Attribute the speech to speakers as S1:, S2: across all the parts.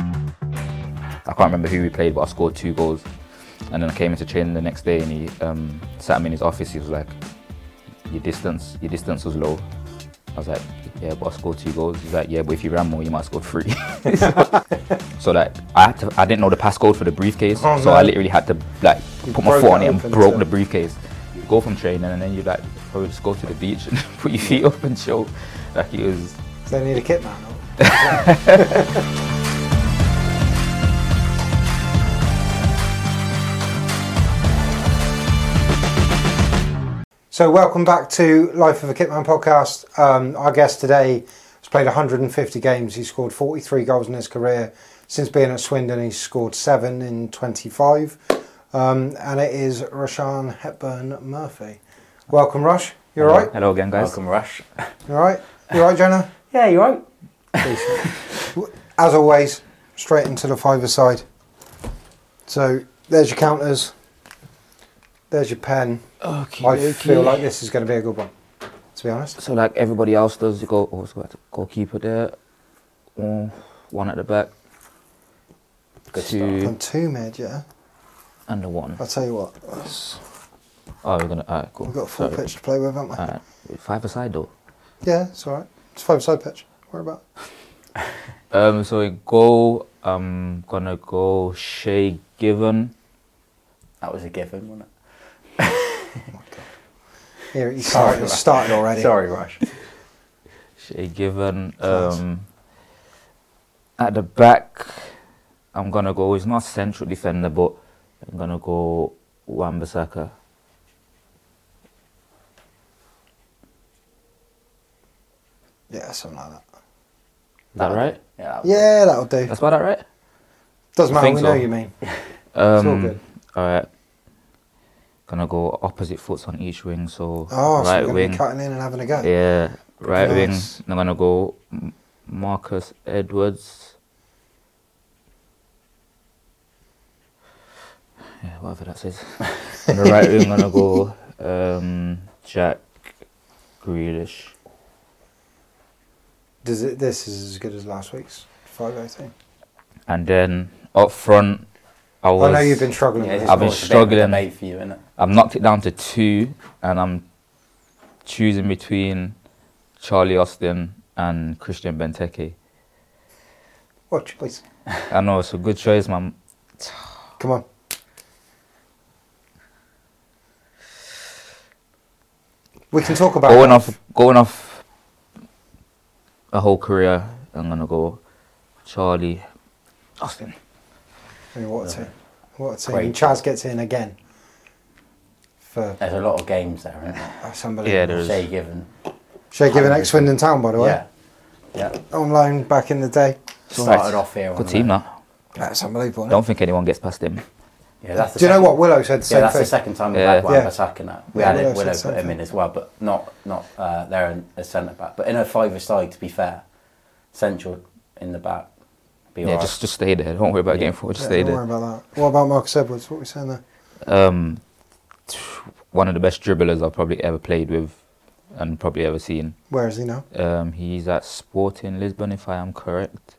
S1: I can't remember who we played, but I scored two goals. And then I came into training the next day, and he um, sat me in his office. He was like, "Your distance, your distance was low." I was like, "Yeah, but I scored two goals." He's like, "Yeah, but if you ran more, you might score three. so like, I had to, I didn't know the passcode for the briefcase,
S2: Oh,
S1: so
S2: no.
S1: I literally had to like
S2: You
S1: put my
S2: broke
S1: foot
S2: it
S1: on it and
S2: open,
S1: broke
S2: so-
S1: the briefcase. You go from training, and then you like, oh, just go to the beach and put your feet up and chill. Like it was.
S2: So they need a kit man. or- So, welcome back to Life of a Kitman podcast. Um, our guest today has played 150 games. He scored 43 goals in his career. Since being at Swindon, he's scored seven in 25. Um, and it is Rashan Hepburn Murphy. Welcome, Rush. You all right?
S1: Hello again, guys.
S3: Welcome, Rush.
S2: You all right? You all right, Jonah?
S3: Yeah, you right.
S2: As always, straight into the fiver side. So, there's your counters. There's your pen.
S1: Okay.
S2: I feel like this is going to be a good one, to be honest.
S1: So like everybody else does, you go oh, it's got a goalkeeper there, oh, one at the back,
S3: Good
S1: two
S2: And two mid, yeah.
S1: and a one.
S2: I'll tell you what, that's-
S1: Oh, we're gonna alright, cool.
S2: we've got a full
S1: Sorry.
S2: pitch to play with, haven't we?
S1: Alright, five aside though.
S2: Yeah, it's all right. It's five side pitch. Worry about. it.
S1: Um, so we go. I'm gonna go Shay Given.
S3: That was a given, wasn't it?
S2: Here, you started, it started already.
S3: Sorry, Rush.
S1: Shay Given. Um, at the back, I'm gonna go. He's not a central defender, but I'm gonna go Wambasaka.
S2: Yeah, something like that.
S1: Is that right?
S3: Yeah. that was-
S2: Yeah, that'll do.
S1: That's about that right?
S2: Doesn't
S1: I
S2: matter.
S1: think
S2: We know
S1: so.
S2: you mean. It's
S1: Um,
S2: all good.
S1: All right. Gonna go opposite foots on each wing, so
S2: Oh, so
S1: right
S2: we're gonna
S1: wing.
S2: be cutting in and having a go.
S1: Yeah, right
S2: Nice.
S1: wing. I'm gonna go M- Marcus Edwards. Yeah, whatever that says. On the right wing, I'm gonna go um, Jack Grealish.
S2: Does it, this is as good as last week's five oh three.
S1: And then up front, I was.
S2: I know Oh, you've been struggling.
S3: Yeah,
S2: with
S3: this
S2: this
S3: is
S1: I've been
S3: more
S2: one.
S3: of a bit of a
S1: struggling.
S3: debate for you, innit?
S1: I've knocked it down to two, and I'm choosing between Charlie Austin and Christian Benteke.
S2: What choice?
S1: I know it's a good choice, man.
S2: Come on. We can talk about
S1: Going
S2: that.
S1: off, going off a whole career, I'm gonna go Charlie Austin.
S2: I mean, what a team. What a team.
S3: Great.
S2: And Chaz gets in again. For
S3: There's a lot of games there, isn't there?
S2: that's unbelievable.
S1: Yeah, there
S3: Say
S1: is.
S3: given.
S2: Should I give an ex Swindon Town, by the way?
S3: Yeah. Yeah.
S2: On loan back in the day.
S1: So
S3: Started
S1: nice.
S3: off here. on
S1: Good team,
S3: the-
S1: that.
S2: That's unbelievable.
S1: Don't think anyone gets past him.
S3: Yeah, that's the
S2: Do you know
S3: second-
S2: what Willow said? The
S3: Yeah,
S2: same
S3: that's
S2: thing.
S3: the second time we've
S1: Yeah.
S3: had one
S2: Yeah.
S3: attacking that. We
S2: Yeah,
S3: had
S2: Willow
S3: it,
S2: said
S3: Willow
S2: the same
S3: put him in
S2: thing.
S3: as well, but not not uh, there in- as centre back. But in a five side, to be fair, central in the back. Be
S1: Yeah,
S3: alright.
S1: just just stay there. Don't worry about getting forward. Just stay
S2: Yeah, don't
S1: there.
S2: worry about that. What about Marcus Edwards? What were we saying there?
S1: um, one of the best dribblers I've probably ever played with and probably ever seen.
S2: Where is he now?
S1: Um, he's at Sporting Lisbon, if I am correct.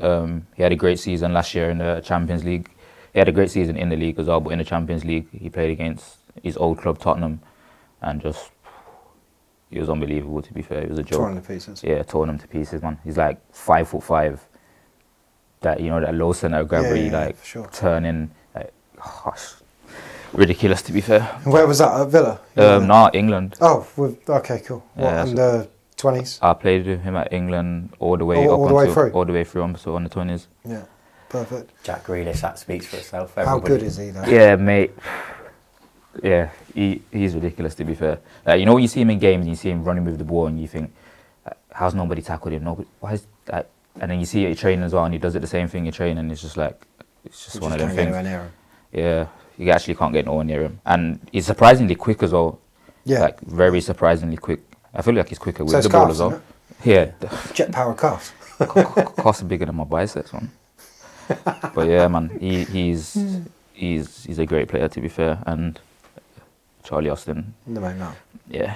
S1: Um, he had a great season last year in the Champions League. He had a great season in the league as well, but in the Champions League, he played against his old club Tottenham, and just it was unbelievable. To be fair, it was a joke.
S2: Torn to pieces.
S1: Yeah, torn him to pieces, man. He's like five foot five. That you know that low center of
S2: Yeah,
S1: gravity,
S2: yeah,
S1: like
S2: for sure.
S1: turning, like, ridiculous. To be fair,
S2: And where was that at Villa? You were
S1: um,
S2: there?
S1: not England.
S2: Oh, with, okay, cool. What,
S1: Yeah, that's-
S2: under twenties?
S1: I Uh, played with him at England all the way
S2: All-
S1: up
S2: all the way
S1: until-
S2: through?
S1: all the way through, um, so on the twenties.
S2: Yeah, perfect.
S3: Jack Grealish, that speaks for itself.
S2: How
S3: Everybody-
S2: good is he though?
S1: Yeah, mate. Yeah, he he's ridiculous. To be fair, like, you know when you see him in games and you see him running with the ball and you think, uh, how's nobody tackled him? Nobody. Why is that? And then you see it at training as well, and he does it the same thing in training. And it's just like, it's just
S2: You
S1: one
S2: just
S1: of them
S2: can't get
S1: things.
S2: anywhere near him.
S1: Yeah, you actually can't get no one near him, and he's surprisingly quick as well.
S2: Yeah.
S1: like very surprisingly quick. I feel like he's quicker with
S2: So it's
S1: the ball
S2: calves,
S1: as well.
S2: isn't
S1: Yeah,
S2: Jet power cars.
S1: cost bigger than my biceps, man. but yeah, man, he, he's he's he's a great player to be fair, and Charlie Austin,
S2: No, mate, no.
S1: yeah,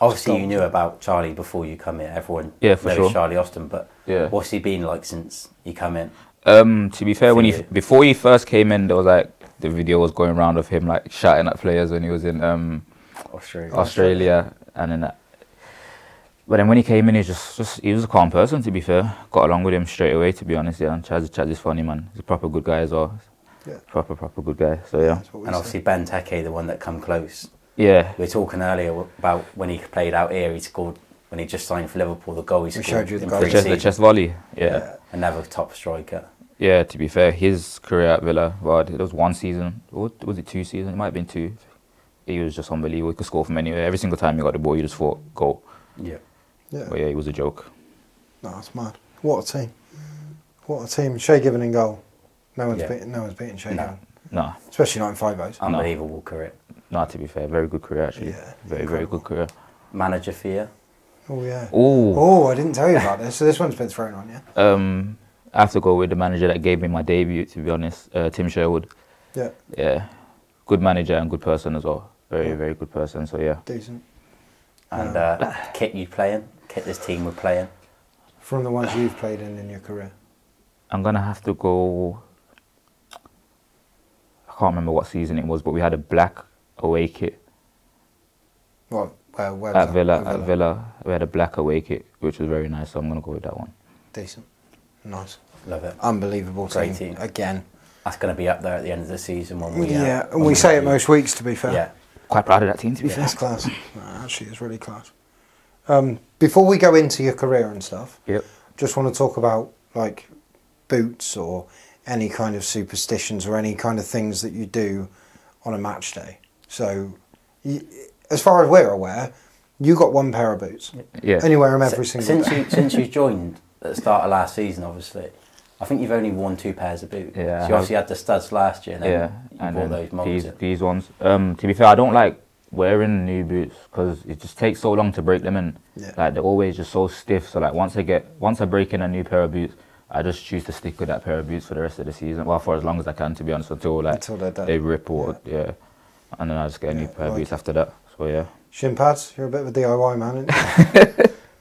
S3: Obviously, you knew about Charlie before you come in. Everyone
S1: Yeah, for
S3: knows
S1: sure.
S3: Charlie Austin, but
S1: Yeah.
S3: what's he been like since you come in?
S1: Um, to be fair, when he
S3: For you.
S1: before he first came in, there was like the video was going around of him like shouting at players when he was in um,
S3: Australia.
S1: Australia, and then. That. But then when he came in, he was just, just he was a calm person. To be fair, got along with him straight away. To be honest, yeah. And Chaz, Chaz is funny man. He's a proper good guy as well.
S2: Yeah.
S1: Proper proper good guy. So yeah,
S2: That's what we
S3: And
S2: said.
S3: obviously, Ben Teke, the one that come close.
S1: yeah.
S3: We were talking earlier about when he played out here, he scored, when he just signed for Liverpool, the goal he scored.
S2: showed you the
S3: in
S2: goal.
S1: The chest, the
S3: pre-season.
S1: chest volley. yeah.
S3: Another top striker.
S1: Yeah, to be fair, his career at Villa, well, it was one season. Or was it two seasons? It might have been two. He was just unbelievable. He could score from anywhere. Every single time he got the ball, you just thought, goal.
S3: Yeah.
S2: yeah.
S1: But yeah, he was a joke.
S2: No, it's mad. What a team. What a team. Shea Given in goal. No one's
S3: Yeah.
S2: beating no one's beating Shea
S3: No.
S2: Given.
S1: Nah,
S2: Especially not in five
S1: Uh,
S2: goes.
S3: Unbelievable career.
S1: nah, to be fair, very good career, actually.
S2: Yeah,
S1: very, very good career.
S3: Manager for you.
S2: Oh yeah.
S1: Ooh.
S2: Oh, I didn't tell you about this. So this one's been thrown on you.
S1: Um, I have to go with the manager that gave me my debut, to be honest, uh, Tim Sherwood.
S2: Yeah.
S1: Yeah, good manager and good person as well. Very, very good person. So yeah,
S2: Decent.
S3: And uh, kit you playing, kit this team we're playing.
S2: From the ones you've played in in your career.
S1: I'm gonna have to go. I can't remember what season it was, but we had a black away kit
S2: Well, where, where was
S1: at
S2: that?
S1: Villa. At Villa, we had a black away kit, which was very nice. So I'm gonna go with that one.
S2: Decent. Nice.
S3: Love it.
S2: Unbelievable team.
S3: Great team.
S2: Again.
S3: That's going to be up there at the end of the season when we.
S2: Yeah.
S3: uh,
S2: and
S3: when
S2: we say it
S3: do-
S2: most weeks to be fair.
S3: Yeah.
S1: Quite proud of that team, to be
S2: Yeah,
S1: fair.
S2: That's class. No, actually, it's really class. Um, before we go into your career and stuff,
S1: Yep.
S2: just want to talk about like boots or any kind of superstitions or any kind of things that you do on a match day. So, y as far as we're aware, you got one pair of boots.
S1: Yeah.
S2: And you wear them every
S3: Si-
S2: single
S3: since
S2: day.
S3: you since you joined at the start of last season, obviously, I think you've only worn two pairs of boots.
S1: Yeah, I
S3: So you obviously had the studs last year, and then
S1: Yeah,
S3: you
S1: and
S3: bought
S1: then
S3: those molds.
S1: these
S3: in.
S1: these ones. Um, to be fair, I don't like wearing new boots because it just takes so long to break them in.
S2: Yeah.
S1: Like they're always just so stiff. So like once I get once I break in a new pair of boots, I just choose to stick with that pair of boots for the rest of the season. Well, for as long as I can, to be honest, until like
S2: Until they're done.
S1: they rip or yeah. and then I just get a new pair of
S2: like
S1: boots after that. So yeah,
S2: Shin pads. You're a bit of a DIY man. Aren't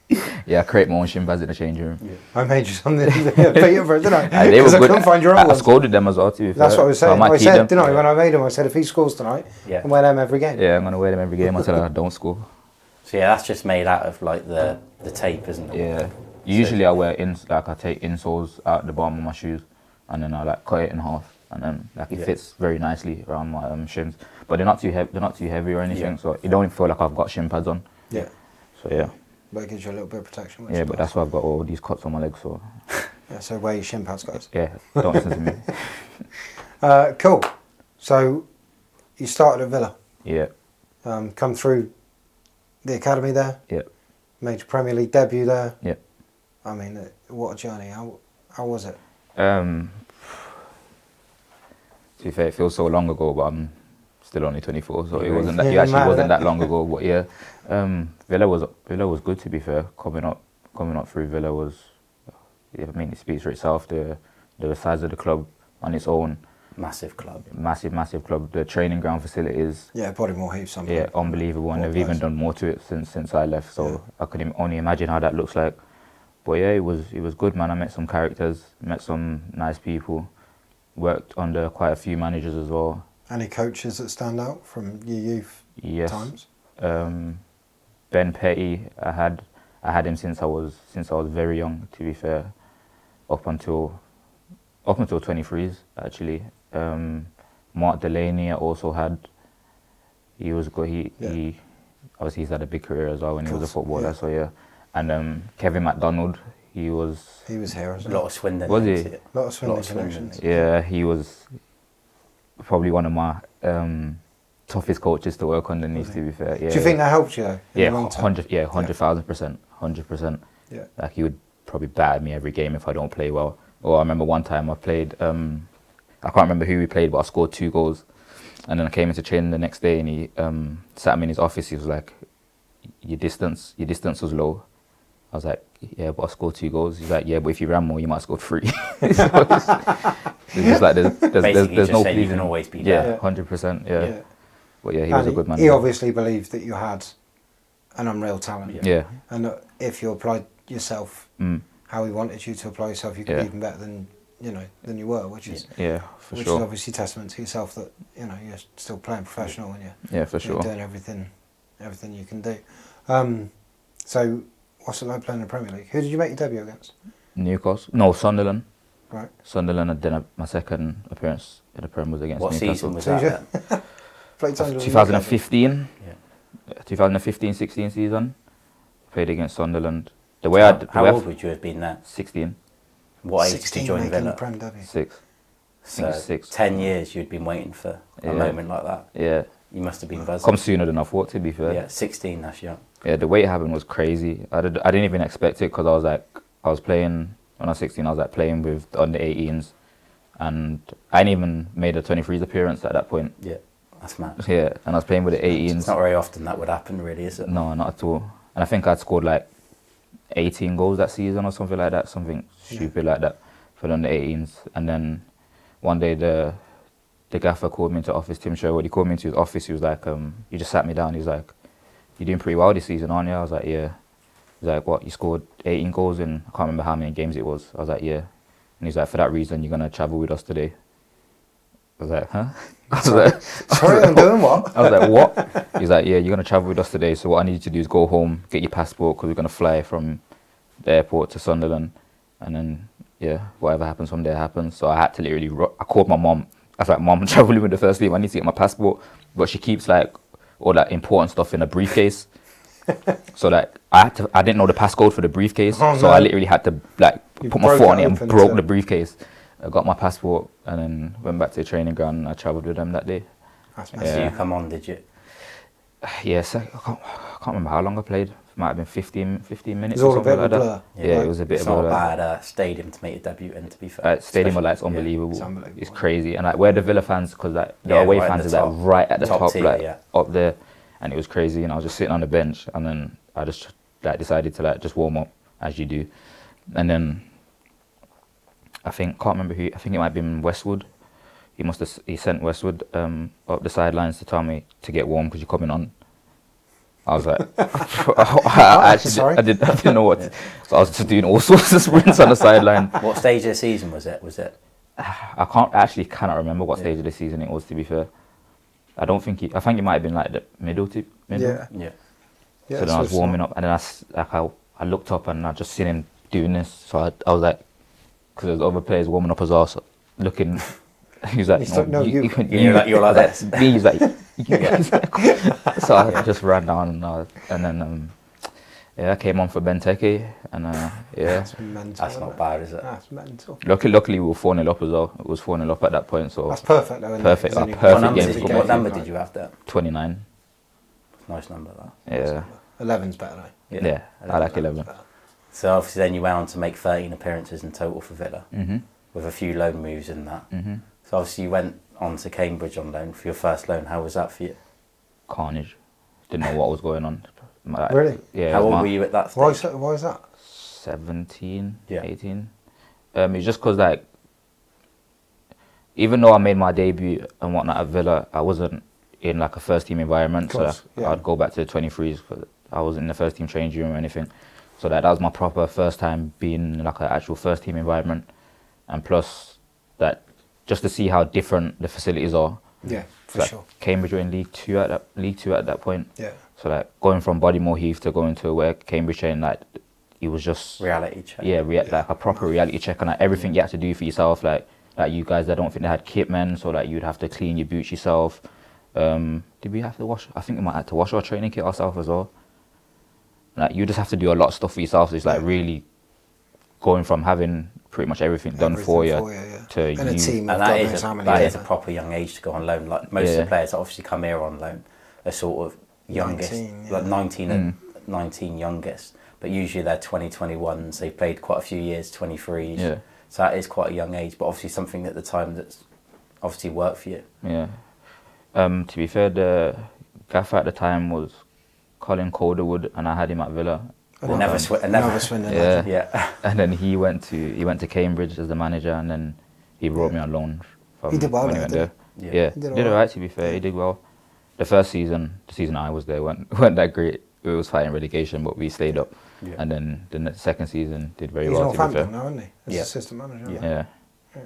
S2: you?
S1: yeah, I create my own shin pads in the changing room.
S2: I made you something to beat over, didn't I?
S1: Uh, they were
S2: Because I
S1: good.
S2: couldn't find your
S1: I,
S2: own
S1: I
S2: ones.
S1: scolded them as well. To be
S2: That's
S1: fair.
S2: what I was
S1: So
S2: saying. I,
S1: might keep
S2: said,
S1: them.
S2: didn't I, when I made him? I said, if he scores tonight,
S3: Yeah.
S2: and wear them every game.
S1: Yeah, I'm gonna wear them every game until I don't score.
S3: So yeah, that's just made out of like the the tape, isn't it?
S1: Yeah. Usually I wear ins like I take insoles out the bottom of my shoes, and then I like cut it in half, and then like it
S3: Yeah.
S1: fits very nicely around my um, shins. But they're not too heavy. They're not too heavy or anything, so you don't feel like I've got shin pads on.
S2: Yeah.
S1: So yeah,
S2: But it gives you a little bit of protection. which
S1: yeah.
S2: is
S1: But
S2: nice.
S1: that's why I've got all these cuts on my legs. So
S2: Yeah, so wear your shin pads, guys.
S1: yeah, don't listen to me.
S2: Uh, cool. So you started at Villa,
S1: Yeah,
S2: um, come through the academy there,
S1: yeah,
S2: made your Premier League debut there.
S1: yeah.
S2: I mean, it- what a journey. How, how was it?
S1: Um, To be fair, it feels so long ago, but I'm still only 24, so it
S3: Yeah,
S1: wasn't that.
S2: it
S1: It actually
S2: matter.
S1: wasn't that long ago. But yeah, um, Villa was Villa was good to be fair. Coming up, coming up through Villa was. yeah, I mean, it speaks for itself. The the size of the club on its own,
S3: Massive club.
S1: massive, massive club. The training ground facilities,
S2: Yeah, Bodymore Heath something.
S1: yeah, um, unbelievable, and
S2: Well
S1: they've
S2: played.
S1: even done more to it since since I left. So I could im- only imagine how that looks like. But yeah, it was it was good, man. I met some characters, met some nice people, worked under quite a few managers as well.
S2: Any coaches that stand out from your youth
S1: Yes,
S2: times?
S1: um, Ben Petty. I had I had him since I was since I was very young. To be fair, up until up until twenty threes actually. Um, Mark Delaney. I also had. He was good. He,
S2: Yeah.
S1: he obviously he's had a big career as well when he was a
S2: Course,
S1: footballer.
S2: yeah.
S1: So yeah, and um, Kevin McDonald. He was
S2: He was here,
S3: A
S2: wasn't
S3: lot of Swindon.
S1: Was he?
S3: A
S2: Lot of Swindon connections.
S1: yeah he was probably one of my um, toughest coaches to work underneath. To be fair, yeah.
S2: he? Do you think that helped you though? in
S1: Yeah,
S2: the long term?
S1: hundred. Yeah, hundred thousand percent, hundred percent.
S2: Yeah.
S1: Like he would probably batter me every game if I don't play well. Or I remember one time I played. Um, I can't remember who we played, but I scored two goals, and then I came into training the next day, and he um, sat me in his office. He was like, "Your distance, your distance was low." I was like, "Yeah, but I scored two goals." He's like, "Yeah, but if you ran more, you might have scored three. so it's, it's just like there's, there's, there's,
S3: Basically
S1: there's
S3: just
S1: no
S3: saying you can
S1: pleasing.
S3: always be better.
S1: Yeah, hundred percent. Yeah. But yeah, he was
S2: And
S1: a good man.
S2: He obviously believed that you had an unreal talent.
S1: Yeah.
S2: And that if you applied yourself
S1: Mm.
S2: how he wanted you to apply yourself, you could
S1: Yeah.
S2: be even better than you know than you were, which is
S1: Yeah, for
S2: which
S1: sure.
S2: is obviously testament to yourself that you know you're still playing professional and you're,
S1: Yeah, for
S2: you're
S1: sure.
S2: doing everything everything you can do. Um, so what's it like playing in the Premier League? Who did you make your debut against?
S1: Newcastle. No, Sunderland.
S2: Right.
S1: Sunderland. And then I- my second appearance in the Prem was against
S3: What
S1: Newcastle.
S3: season was
S2: So you
S3: that? then?
S2: Played under-
S1: 2015.
S3: Yeah.
S1: 2015-16 season. Played against Sunderland. The way I
S3: How,
S1: d- the
S3: how
S1: way I
S3: old
S1: f-
S3: would you have been then?
S1: 16,
S3: What age did
S2: 16
S3: you
S2: making
S3: join
S2: the
S3: Villa?
S2: Prem debut.
S1: six.
S3: So
S1: six.
S3: Ten years you'd been waiting for
S1: Yeah.
S3: a moment like that.
S1: Yeah.
S3: You must have been
S2: Mm.
S3: buzzing.
S1: Come sooner than I thought. To be fair.
S3: Yeah, 16, that's young.
S1: Yeah, the way it happened was crazy. I, did, I didn't even expect it because I was like, I was playing when I was 16. I was like playing with the under 18s, and I hadn't even made a 23s appearance at that point.
S3: Yeah, that's mad.
S1: Yeah, and I was playing with the 18s.
S3: It's not very often that would happen, really, is it?
S1: No, not at all. And I think I'd scored like 18 goals that season or something like that, something stupid like that for the under 18s. And then one day the the gaffer called me into office, Tim Sherwood. He called me into his office. He was like, um, he just sat me down. He was like, "You're doing pretty well this season, aren't you?" I was like, "Yeah." He's like, "What? You scored 18 goals in I can't remember how many games it was." I was like, "Yeah." And he's like, "For that reason, you're gonna travel with us today." I was like, "Huh?" I was like,
S2: Sorry, I'm doing what?
S1: I was like, what? He's like, yeah, you're going to travel with us today. So what I need you to do is go home, get your passport, because we're going to fly from the airport to Sunderland. And then, yeah, whatever happens from there happens. So I had to literally, ru- I called my mom. I was like, mom, I'm traveling with the first team. I need to get my passport. But she keeps like all that important stuff in a briefcase. so like, I had to, I didn't know the passcode for the briefcase.
S2: Oh,
S1: so
S2: no.
S1: I literally had to like
S2: You
S1: put my
S2: broke
S1: foot
S2: it
S1: on it and
S2: open
S1: broke
S2: to-
S1: the briefcase. I got my passport and then went back to the training ground and I traveled with them that day.
S2: That's
S3: So
S2: massive.
S3: you come on, did you?
S1: Yeah, so I can't, I can't remember how long I played. Might have been 15, 15 minutes.
S2: It's all
S1: or
S2: a
S1: something
S2: bit
S1: like
S2: of a
S1: that.
S2: blur.
S1: Yeah,
S2: Yeah.
S1: it was a bit
S3: It's
S1: of a
S3: not a
S1: blur.
S3: bad uh, stadium to make your debut in, to be fair.
S1: Uh, stadium
S3: Especially-
S1: of lights,
S3: yeah.
S1: unbelievable. It's,
S2: unbelievable.
S1: crazy, and like where the Villa fans, because like the
S3: Yeah,
S1: away
S3: right at
S1: fans
S3: the
S1: is like
S3: top.
S1: right at the
S3: Top
S1: top,
S3: tier,
S1: like
S3: yeah.
S1: up there, and it was crazy. And I was just sitting on the bench, and then I just like decided to like just warm up as you do, and then I think can't remember who. I think it might have been Westwood. He must have s- he sent Westwood um, up the sidelines to tell me to get warm because you're coming on. I was like, I actually,
S2: Sorry.
S1: I didn't, I didn't know what. So I was just doing all sorts of sprints on the sideline.
S3: What stage of the season was it? Was it?
S1: I can't I actually cannot remember what stage of the season it was. To be fair, I don't think he, I think it might have been like the middle to middle.
S2: Yeah.
S3: Yeah.
S2: Yeah,
S1: so then I was
S2: it's
S1: warming
S2: not-
S1: up, and then I s- like I, I looked up and I just seen him doing this. So I, I was like, because there's other players warming up as well, so looking. He was like,
S2: He's like, "No, you."
S1: can-
S3: You're like- you're like
S1: I was
S3: this.
S1: me, he's like, you. He's like- so I just ran down and, I, and then um, yeah, I came on for Benteke and uh, yeah,
S2: That's mental.
S3: That's
S2: isn't
S3: not
S2: it?
S3: bad, is it?
S2: That's mental.
S1: Luckily, luckily, we were 4 0 up as well. It was 4 0 up at that point, so
S2: That's perfect though. Isn't
S1: Perfect,
S2: It?
S1: a
S2: There's only
S1: perfect
S3: What
S2: one
S3: number,
S1: game
S2: game
S3: did
S1: for
S3: you,
S2: to
S3: what
S2: go.
S3: number did you have there?
S1: 29.
S3: Nice number, that.
S1: Yeah,
S2: 11's better though.
S1: yeah, I like 11.
S3: So obviously then you went on to make
S1: Mm-hmm.
S3: 13 appearances in total for Villa, with a few loan moves in that. So obviously you went on to Cambridge on loan for your first loan. How was that for you?
S1: carnage. Didn't know what was going on. My-
S2: Really?
S1: Yeah. it
S3: How
S1: was
S3: old
S1: my
S3: were you at that stage?
S2: Why is that? Why is that?
S1: Mm. 17,
S3: Yeah.
S1: 18. Um, it's just because, like, even though I made my debut and whatnot at Villa, I wasn't in, like, a first team environment. So
S2: Course,
S1: like,
S2: yeah.
S1: I'd go back to the 23s because I wasn't in the first team change room or anything. So like, that was my proper first time being in, like, an actual first team environment. And plus, that just to see how different the facilities are.
S2: Yeah, for
S1: Like,
S2: sure.
S1: Cambridge were in League Two at that League Two at that point.
S2: Yeah.
S1: So like going from Bodymore Heath to going to where Cambridge and like it was just
S3: Reality check.
S1: Yeah, rea- like a proper reality check and like everything you had to do for yourself. Like like you guys, I don't think they had kit men, so like you'd have to clean your boots yourself. Um, did we have to wash? I think we might have to wash our training kit ourselves as well. Like you just have to do a lot of stuff for yourself. It's like really going from having pretty much everything, done for you,
S2: Everything for you, yeah.
S1: to
S2: And a
S1: you-
S2: team. God
S3: And that
S2: knows
S3: is,
S2: how
S3: a,
S2: many
S3: that
S2: years
S3: is a
S2: now.
S3: proper young age to go on loan. Like most of
S1: Yeah.
S3: the players that obviously come here on loan are sort of youngest,
S2: 19, yeah.
S3: like 19 and
S1: Hmm.
S3: 19 youngest. But usually they're 20, 21, so they've played quite a few years, 23s.
S1: Yeah.
S3: So that is quite a young age, but obviously something at the time that's obviously worked for you.
S1: Yeah. Um, to be fair, the gaffer at the time was Colin Calderwood, and I had him at Villa.
S3: And never, swi- and
S2: um, Never
S3: never,
S2: Swindon.
S1: Yeah.
S3: Yeah.
S1: And then he went to he went to Cambridge as the manager, and then he brought me on loan. From
S2: He did well
S1: when
S2: there,
S1: went
S2: didn't
S1: there.
S3: he? Yeah.
S1: Yeah,
S2: He
S1: He
S2: did
S1: did,
S2: all right.
S1: alright. To be fair, he did well. The first season, the season I was there, weren't weren't that great. We was fighting relegation, but we stayed up.
S3: Yeah.
S1: And then the ne- second season did very
S2: He's
S1: well. To be fair.
S2: Northampton now, isn't he? As
S3: Yeah.
S2: assistant manager. Yeah.
S1: Yeah.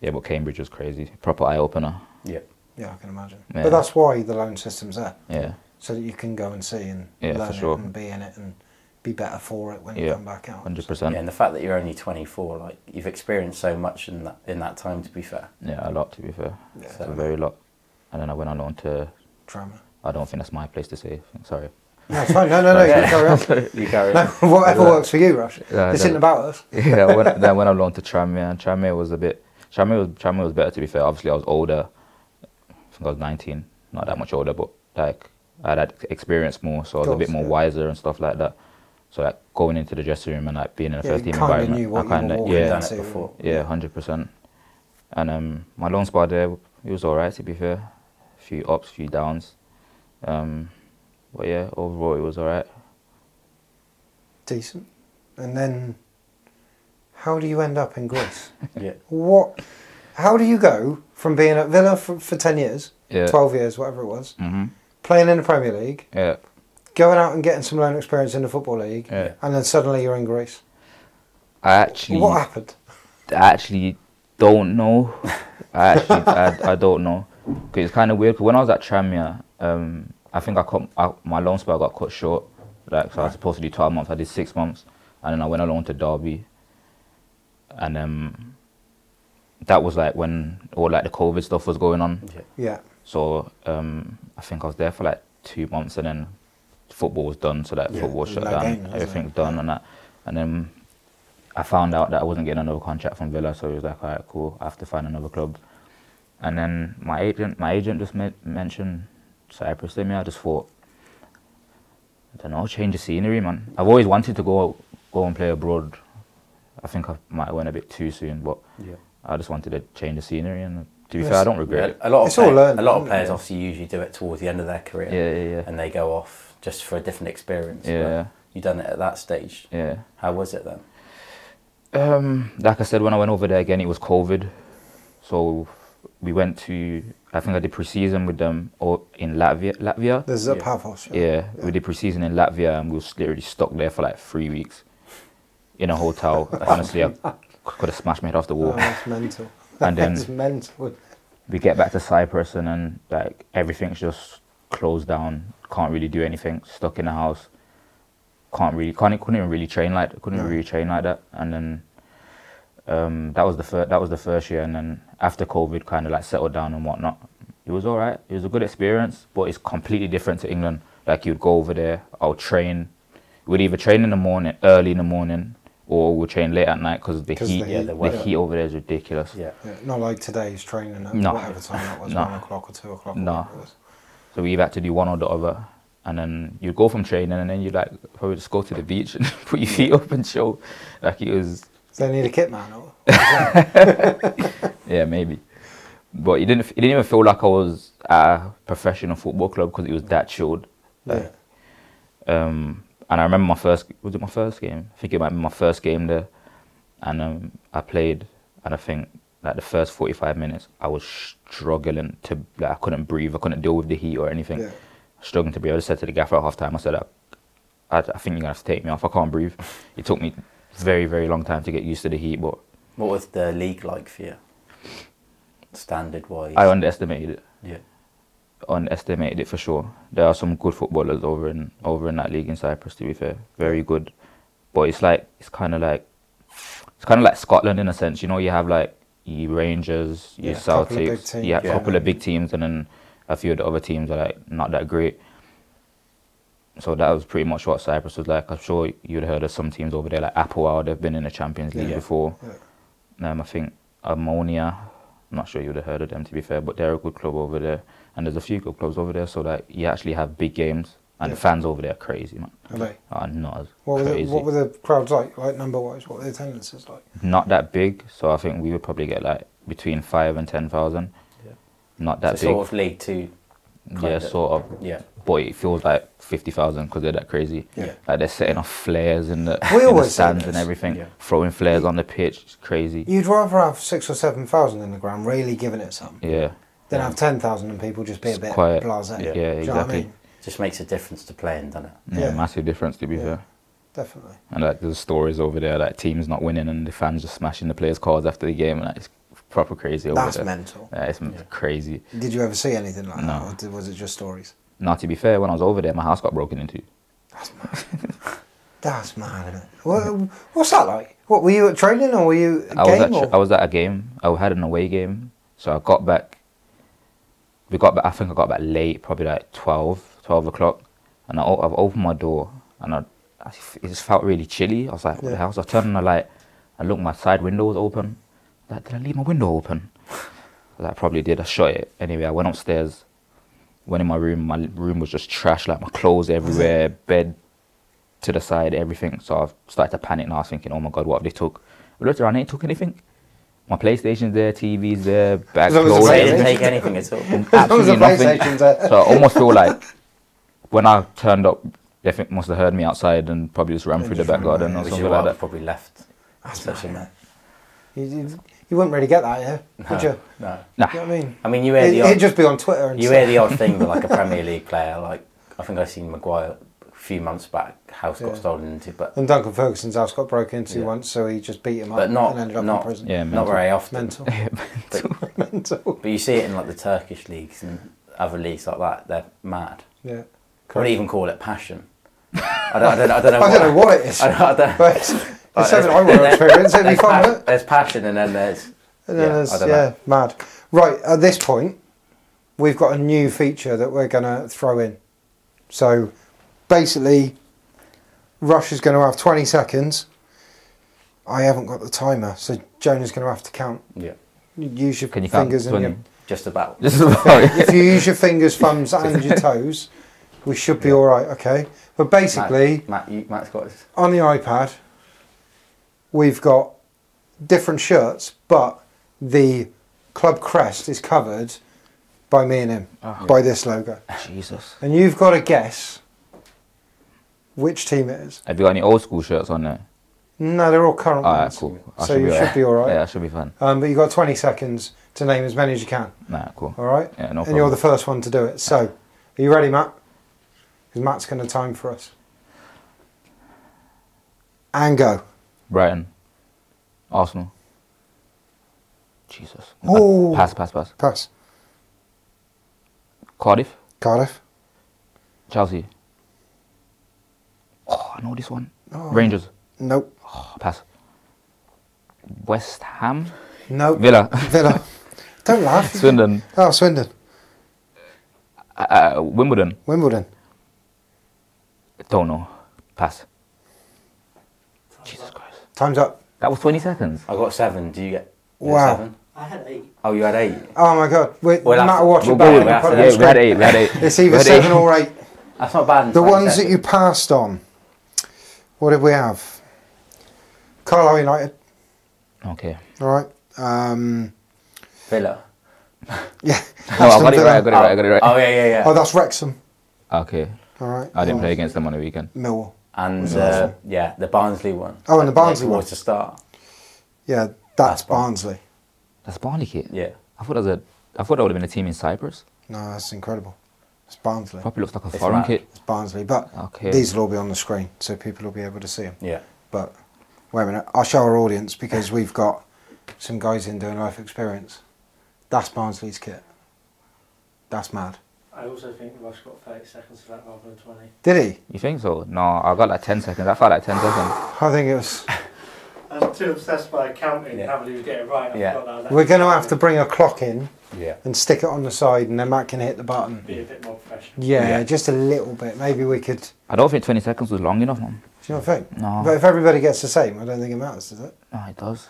S1: Yeah, but Cambridge was crazy. Proper eye opener.
S3: yeah.
S2: yeah, I can imagine.
S1: Yeah.
S2: But that's why the loan system's there.
S1: Yeah.
S2: so that you can go and see and
S1: Yeah,
S2: learn
S1: for sure.
S2: it and be in it and be better for it when you
S1: Yeah.
S2: come back out.
S1: Hundred
S3: Yeah,
S1: percent.
S3: and the fact that you're only 24, like you've experienced so much in that in that time. To be fair,
S1: Yeah, a lot to be fair.
S2: Yeah.
S1: It's a very lot. And then I went alone to.
S2: Drama.
S1: I don't think that's my place to say. Sorry.
S2: No, it's fine. No, no, no. You carry on.
S3: you carry
S2: No,
S3: on.
S2: whatever works for you, Rush.
S1: Yeah, I
S2: this
S1: don't-
S2: isn't about us.
S1: yeah, I went, then I went alone to Tranmere, and Tranmere was a bit. Tranmere was Tranmere was better to be fair. Obviously, I was older. I think I was 19, not that much older, but like I had had experience more, so I was a
S2: Course,
S1: bit more
S2: yeah.
S1: wiser and stuff like that. So like going into the dressing room and like being in a
S2: Yeah,
S1: first
S2: you
S1: team
S2: kinda
S1: environment,
S2: knew what
S1: I
S2: you were
S1: kind of
S2: walking
S1: yeah,
S3: Done it before.
S1: yeah, hundred percent. And um, my loan spot there, it was alright to be fair. few ups, few downs. Um, but yeah, overall it was alright.
S2: Decent. And then, how do you end up in Greece?
S3: Yeah.
S2: what? How do you go from being at Villa for, for ten years,
S1: Yeah.
S2: twelve years, whatever it was,
S1: hmm
S2: playing in the Premier League,
S1: Yeah,
S2: going out and getting some loan experience in the Football League,
S1: Yeah.
S2: and then suddenly you're in Greece?
S1: I actually.
S2: What happened?
S1: I actually don't know. I actually I, I don't know. 'Cause it's kind of weird. 'cause when I was at Tranmere, um, I think I cut I, my loan spell got cut short. Like so, I was supposed to do twelve months. I did six months, and then I went along to Derby. And um, that was like when all like the COVID stuff was going on.
S3: Yeah.
S2: Yeah.
S1: So um, I think I was there for like two months, and then football was done. So like
S2: Yeah,
S1: football
S2: there's
S1: shut
S2: no
S1: down,
S2: games, is
S1: everything
S2: there?
S1: done, and that. And then I found out that I wasn't getting another contract from Villa, so it was like, alright, cool. I have to find another club. And then my agent, my agent just ma- mentioned Cyprus to me. I just thought, I don't know, change the scenery, man. I've always wanted to go go and play abroad. I think I might have went a bit too soon, but
S3: Yeah.
S1: I just wanted to change the scenery. And to be
S2: Yes.
S1: fair, I don't regret
S3: Yeah,
S1: it.
S3: a lot of
S2: It's all
S3: play-
S2: learning,
S3: a lot of
S2: isn't it?
S3: players obviously usually do it towards the end of their career.
S1: Yeah, yeah, yeah.
S3: And they go off just for a different experience. but
S1: Yeah.
S3: You done it at that stage.
S1: Yeah.
S3: How was it then?
S1: Um, like I said, when I went over there again, it was COVID, so we went to. I think I did pre-season with them or in Latvia. Latvia.
S2: There's a Pavlos.
S1: yeah, we did pre-season in Latvia, and we was literally stuck there for like three weeks, in a hotel. Honestly, I could have smashed my head off the
S2: Oh,
S1: wall.
S2: that's mental.
S1: And then-
S2: That's mental.
S1: we get back to Cyprus and then like everything's just closed down. Can't really do anything. Stuck in the house. Can't really can't couldn't even really train like couldn't
S2: No.
S1: really train like that. And then um, that was the first that was the first year. And then after COVID, kind of like settled down and whatnot. It was all right. It was a good experience, but it's completely different to England. Like you'd go over there. I'll train. We'd either train in the morning, early in the morning, or we'll train late at night because the
S2: 'Cause
S1: heat,
S2: the
S1: yeah,
S2: heat,
S1: the,
S2: yeah.
S1: heat over there is ridiculous.
S3: Yeah.
S2: Yeah, not like today's training at
S1: No.
S2: whatever time that was,
S1: No.
S2: one o'clock or two o'clock. or
S1: No.
S2: whatever it was.
S1: So we either had to do one or the other. And then you go from training and then you like probably just go to the beach and put your feet up and chill. Like it was,
S2: So they need a kit man or
S1: yeah, maybe. But it didn't. It didn't even feel like I was at a professional football club because it was that chilled.
S2: Yeah.
S1: Um, and I remember my first was it my first game? I think it might be my first game there, and um, I played, and I think like the first forty five minutes I was struggling to like I couldn't breathe, I couldn't deal with the heat or anything,
S2: Yeah.
S1: struggling to breathe. I just said to the gaffer at half time, I said, I, I, I think you're gonna have to take me off. I can't breathe. It took me very very long time to get used to the heat, but
S3: What was the league like for you? Standard wise.
S1: I underestimated it.
S3: yeah.
S1: underestimated it for sure. There are some good footballers over in over in that league in Cyprus. To be fair, very good. But it's like it's kind of like it's kind of like Scotland in a sense. You know, you have like your Rangers, your
S2: Yeah,
S1: South
S2: couple of big
S1: Souths,
S2: teams,
S1: you have a
S2: yeah.
S1: couple of big teams, and then a few of the other teams are like not that great. So that was pretty much what Cyprus was like. I'm sure you'd heard of some teams over there like Apoel. They've been in the Champions League
S2: Yeah.
S1: before.
S2: Yeah.
S1: Um, I think Ammonia. I'm not sure you would have heard of them, to be fair, but they're a good club over there, and there's a few good clubs over there. So like, you actually have big games, and
S2: Yeah.
S1: the fans over there are crazy, man.
S2: Are they?
S1: Are not as
S2: What were, the,
S1: crazy.
S2: what were the crowds like, like number wise? What were the attendances like?
S1: Not that big, so I think we would probably get like between five and ten thousand.
S3: Yeah.
S1: Not that
S3: so
S1: big.
S3: sort of league two.
S1: yeah,
S3: kinda.
S1: sort of.
S3: Yeah.
S1: But it feels like fifty thousand because they're that crazy.
S3: Yeah.
S1: Like they're setting off flares in the,
S2: We
S1: in the
S2: always say
S1: stands and
S2: this.
S1: everything,
S3: Yeah.
S1: throwing flares on the pitch. It's crazy.
S2: You'd rather have six or seven thousand in the ground, really giving it some,
S1: yeah.
S2: than have ten thousand and people just be a
S1: It's
S2: bit
S1: quiet.
S2: blasé.
S1: Yeah,
S2: Do you know what I
S1: exactly.
S2: mean?
S3: Just makes a difference to playing, doesn't it?
S1: yeah.
S2: Yeah.
S1: Massive difference to be
S2: Yeah.
S1: fair.
S2: Definitely.
S1: And like there's stories over there like teams not winning and the fans just smashing the players' cards after the game and like, it's proper crazy over
S2: That's
S1: there.
S2: mental.
S1: Yeah, it's m crazy.
S2: Did you ever see anything like
S1: No.
S2: that, or did, was it just stories?
S1: Now to be fair, when I was over there, my house got broken into.
S2: That's mad, isn't it? What, what's that like? What were you at training, or were you at
S1: I was
S2: game?
S1: at
S2: or?
S1: I was at a game. I had an away game, so I got back. We got back. I think I got back late, probably like 12, 12 o'clock, and I, o- I've opened my door and I, I f- it just felt really chilly. I was like, what
S2: Yeah.
S1: the hell? So I turned on the light. I looked, my side window was open. Like, did I leave my window open? That I probably did. I shut it anyway. I went upstairs. Went in my room. My room was just trash. Like my clothes everywhere, bed to the side, everything. So I started to panic and I was thinking, oh my God, what have they took? I looked around, they ain't took anything. My PlayStation's there, TV's there, back
S2: As long as the
S1: clothes,
S3: They didn't
S2: PlayStation.
S1: everything.
S3: take anything at all.
S2: was the
S1: Absolutely nothing.
S2: PlayStation's there.
S1: So I almost feel like when I turned up, they think must have heard me outside and probably just ran through the
S2: just
S1: back
S2: ran away,
S1: garden or
S3: Which is
S1: something
S3: why
S1: like
S3: I've
S1: that.
S3: probably left. such a mess.
S2: You, you, you wouldn't really get that, yeah? Would you?
S3: No.
S2: You know what I mean?
S3: I mean, you hear
S2: It,
S3: the
S2: it'd
S3: odd,
S2: just be on Twitter and
S3: you
S2: stuff.
S3: hear the odd thing with like a Premier League player. Like I think I seen Maguire a few months back. House got
S2: Yeah.
S3: stolen into, but
S2: And Duncan Ferguson's house got broken into
S3: Yeah.
S2: once, so he just beat him up
S3: but not
S2: and ended up in
S3: not
S2: prison.
S1: Yeah,
S3: not
S1: mental.
S3: very often.
S2: Mental.
S3: But,
S2: Mental.
S3: but you see it in like the Turkish leagues and other leagues like that. They're mad.
S2: Yeah.
S3: I wouldn't even call it passion. I don't, I don't, I don't know.
S2: I don't know what it is.
S3: I don't, I don't,
S2: But it's
S3: I
S2: something I want to experience. It'd be
S3: there's,
S2: fun,
S3: pas-
S2: wouldn't it?
S3: there's passion and then there's
S2: And then
S3: yeah,
S2: there's-
S3: I
S2: yeah,
S3: don't know.
S2: mad. Right, at this point, we've got a new feature that we're going to throw in. So basically, Rush is going to have 20 seconds. I haven't got the timer, so Jonah's going to have to count.
S3: Yeah,
S2: Use your
S1: Can you count
S2: fingers and
S1: 20?
S2: your
S3: just about.
S1: This is about it.
S2: if you use your fingers, thumbs, and your toes, we should be all right. Okay, but basically
S3: Matt, Matt, you, Matt's got his.
S2: on the iPad, we've got different shirts, but the club crest is covered by me and him
S1: Ah.
S2: by this logo,
S1: Jesus.
S2: and you've got to guess which team it is.
S1: Have you got any old school shirts on there?
S2: No, they're all current
S1: All right,
S2: ones,
S1: Ah, cool. I
S2: so you
S1: alright.
S2: should be all right.
S1: Yeah, I should be fine.
S2: Um, but you've got 20 seconds to name as many as you can.
S1: Nah, cool.
S2: All right.
S1: Yeah, no
S2: and you're
S1: problem.
S2: the first one to do it. So, are you ready, Matt? Because Matt's going to time for us. And go.
S1: Brighton. Arsenal. Jesus. Uh,
S2: Oh.
S1: Pass, pass, pass.
S2: Pass.
S1: Cardiff.
S2: Cardiff.
S1: Chelsea. Oh, I know this one. Rangers.
S2: Nope.
S1: Oh, pass. West Ham.
S2: Nope.
S1: Villa.
S2: Villa. Don't laugh.
S1: Swindon.
S2: Oh, Swindon.
S1: Uh, Wimbledon.
S2: Wimbledon.
S1: Don't know. Pass. Jesus Christ.
S2: Time's up.
S1: That was 20 seconds.
S3: I got seven. Do you get you got
S2: Wow.
S3: seven? I had eight. Oh, you had eight.
S2: Oh my God. we
S3: We'll
S2: no
S3: have
S2: matter
S3: to-
S2: what you
S3: we'll
S2: back,
S3: go
S2: we'll
S3: with
S2: put it
S3: that.
S1: yeah,
S2: on
S1: we had
S2: screen.
S1: eight. We had eight.
S2: It's
S1: We
S2: either
S1: had
S2: seven
S1: eight.
S2: or eight.
S3: That's not bad. in
S2: The
S3: 20
S2: ones that
S3: seconds.
S2: you passed on. What did we have? Carlisle United.
S1: Okay.
S2: All right. Um,
S3: Villa.
S2: Yeah.
S1: No, I
S2: Aston
S1: got it
S2: Villa.
S1: right. I got it right. I got it right.
S3: Oh yeah, yeah, yeah.
S2: Oh, that's Wrexham.
S1: Okay.
S2: All right.
S1: I didn't
S2: Oh,
S1: play against them on the weekend.
S2: Millwall.
S3: and
S2: the last
S3: uh,
S2: one?
S3: yeah, the Barnsley one.
S2: Oh, and the Barnsley
S3: Like,
S2: one.
S3: towards the start.
S2: Yeah, that's,
S3: That's fine.
S2: Barnsley.
S1: That's Barnley kit.
S3: Yeah.
S1: I thought that was a. I thought that would have been a team in Cyprus.
S2: No, that's incredible. It's Barnsley.
S1: Probably looks like a
S3: It's
S1: foreign
S3: mad.
S1: kit.
S2: It's Barnsley. But
S1: Okay.
S2: these will all be on the screen, so people will be able to see them.
S3: Yeah.
S2: But wait a minute, I'll show our audience because we've got some guys in doing life experience. That's Barnsley's kit. That's mad.
S4: I also think Rush got 30 seconds for that rather than 20.
S2: Did he?
S1: You think so? No, I got like ten seconds. I felt like ten seconds.
S2: I think it was.
S4: I'm too obsessed by counting
S3: Yeah.
S4: how many you get it right. I
S3: Yeah.
S4: forgot that.
S2: We're going to have to bring a clock in
S3: Yeah.
S2: and stick it on the side, and then Matt can hit the button.
S4: Be a bit more professional.
S2: Yeah,
S3: Yeah.
S2: just a little bit. Maybe we could.
S1: I don't think twenty seconds was long enough, man.
S2: Do you not think?
S1: No.
S2: But if everybody gets the same, I don't think it matters, does it?
S1: No, it does. 'Cause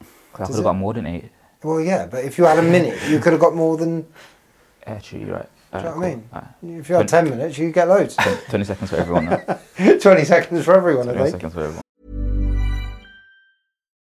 S1: I
S2: Does
S1: could have
S2: it?
S1: got more than eight.
S2: Well, yeah, but if you had a minute, you could have got more than.
S1: Actually, you're right.
S2: Do you know
S1: Alright,
S2: what I
S1: cool.
S2: mean?
S1: Alright.
S2: If you had 10 minutes, you get loads.
S1: Twenty seconds for everyone. Then.
S2: 20 seconds for everyone, I
S1: Twenty
S2: think.
S1: seconds for everyone.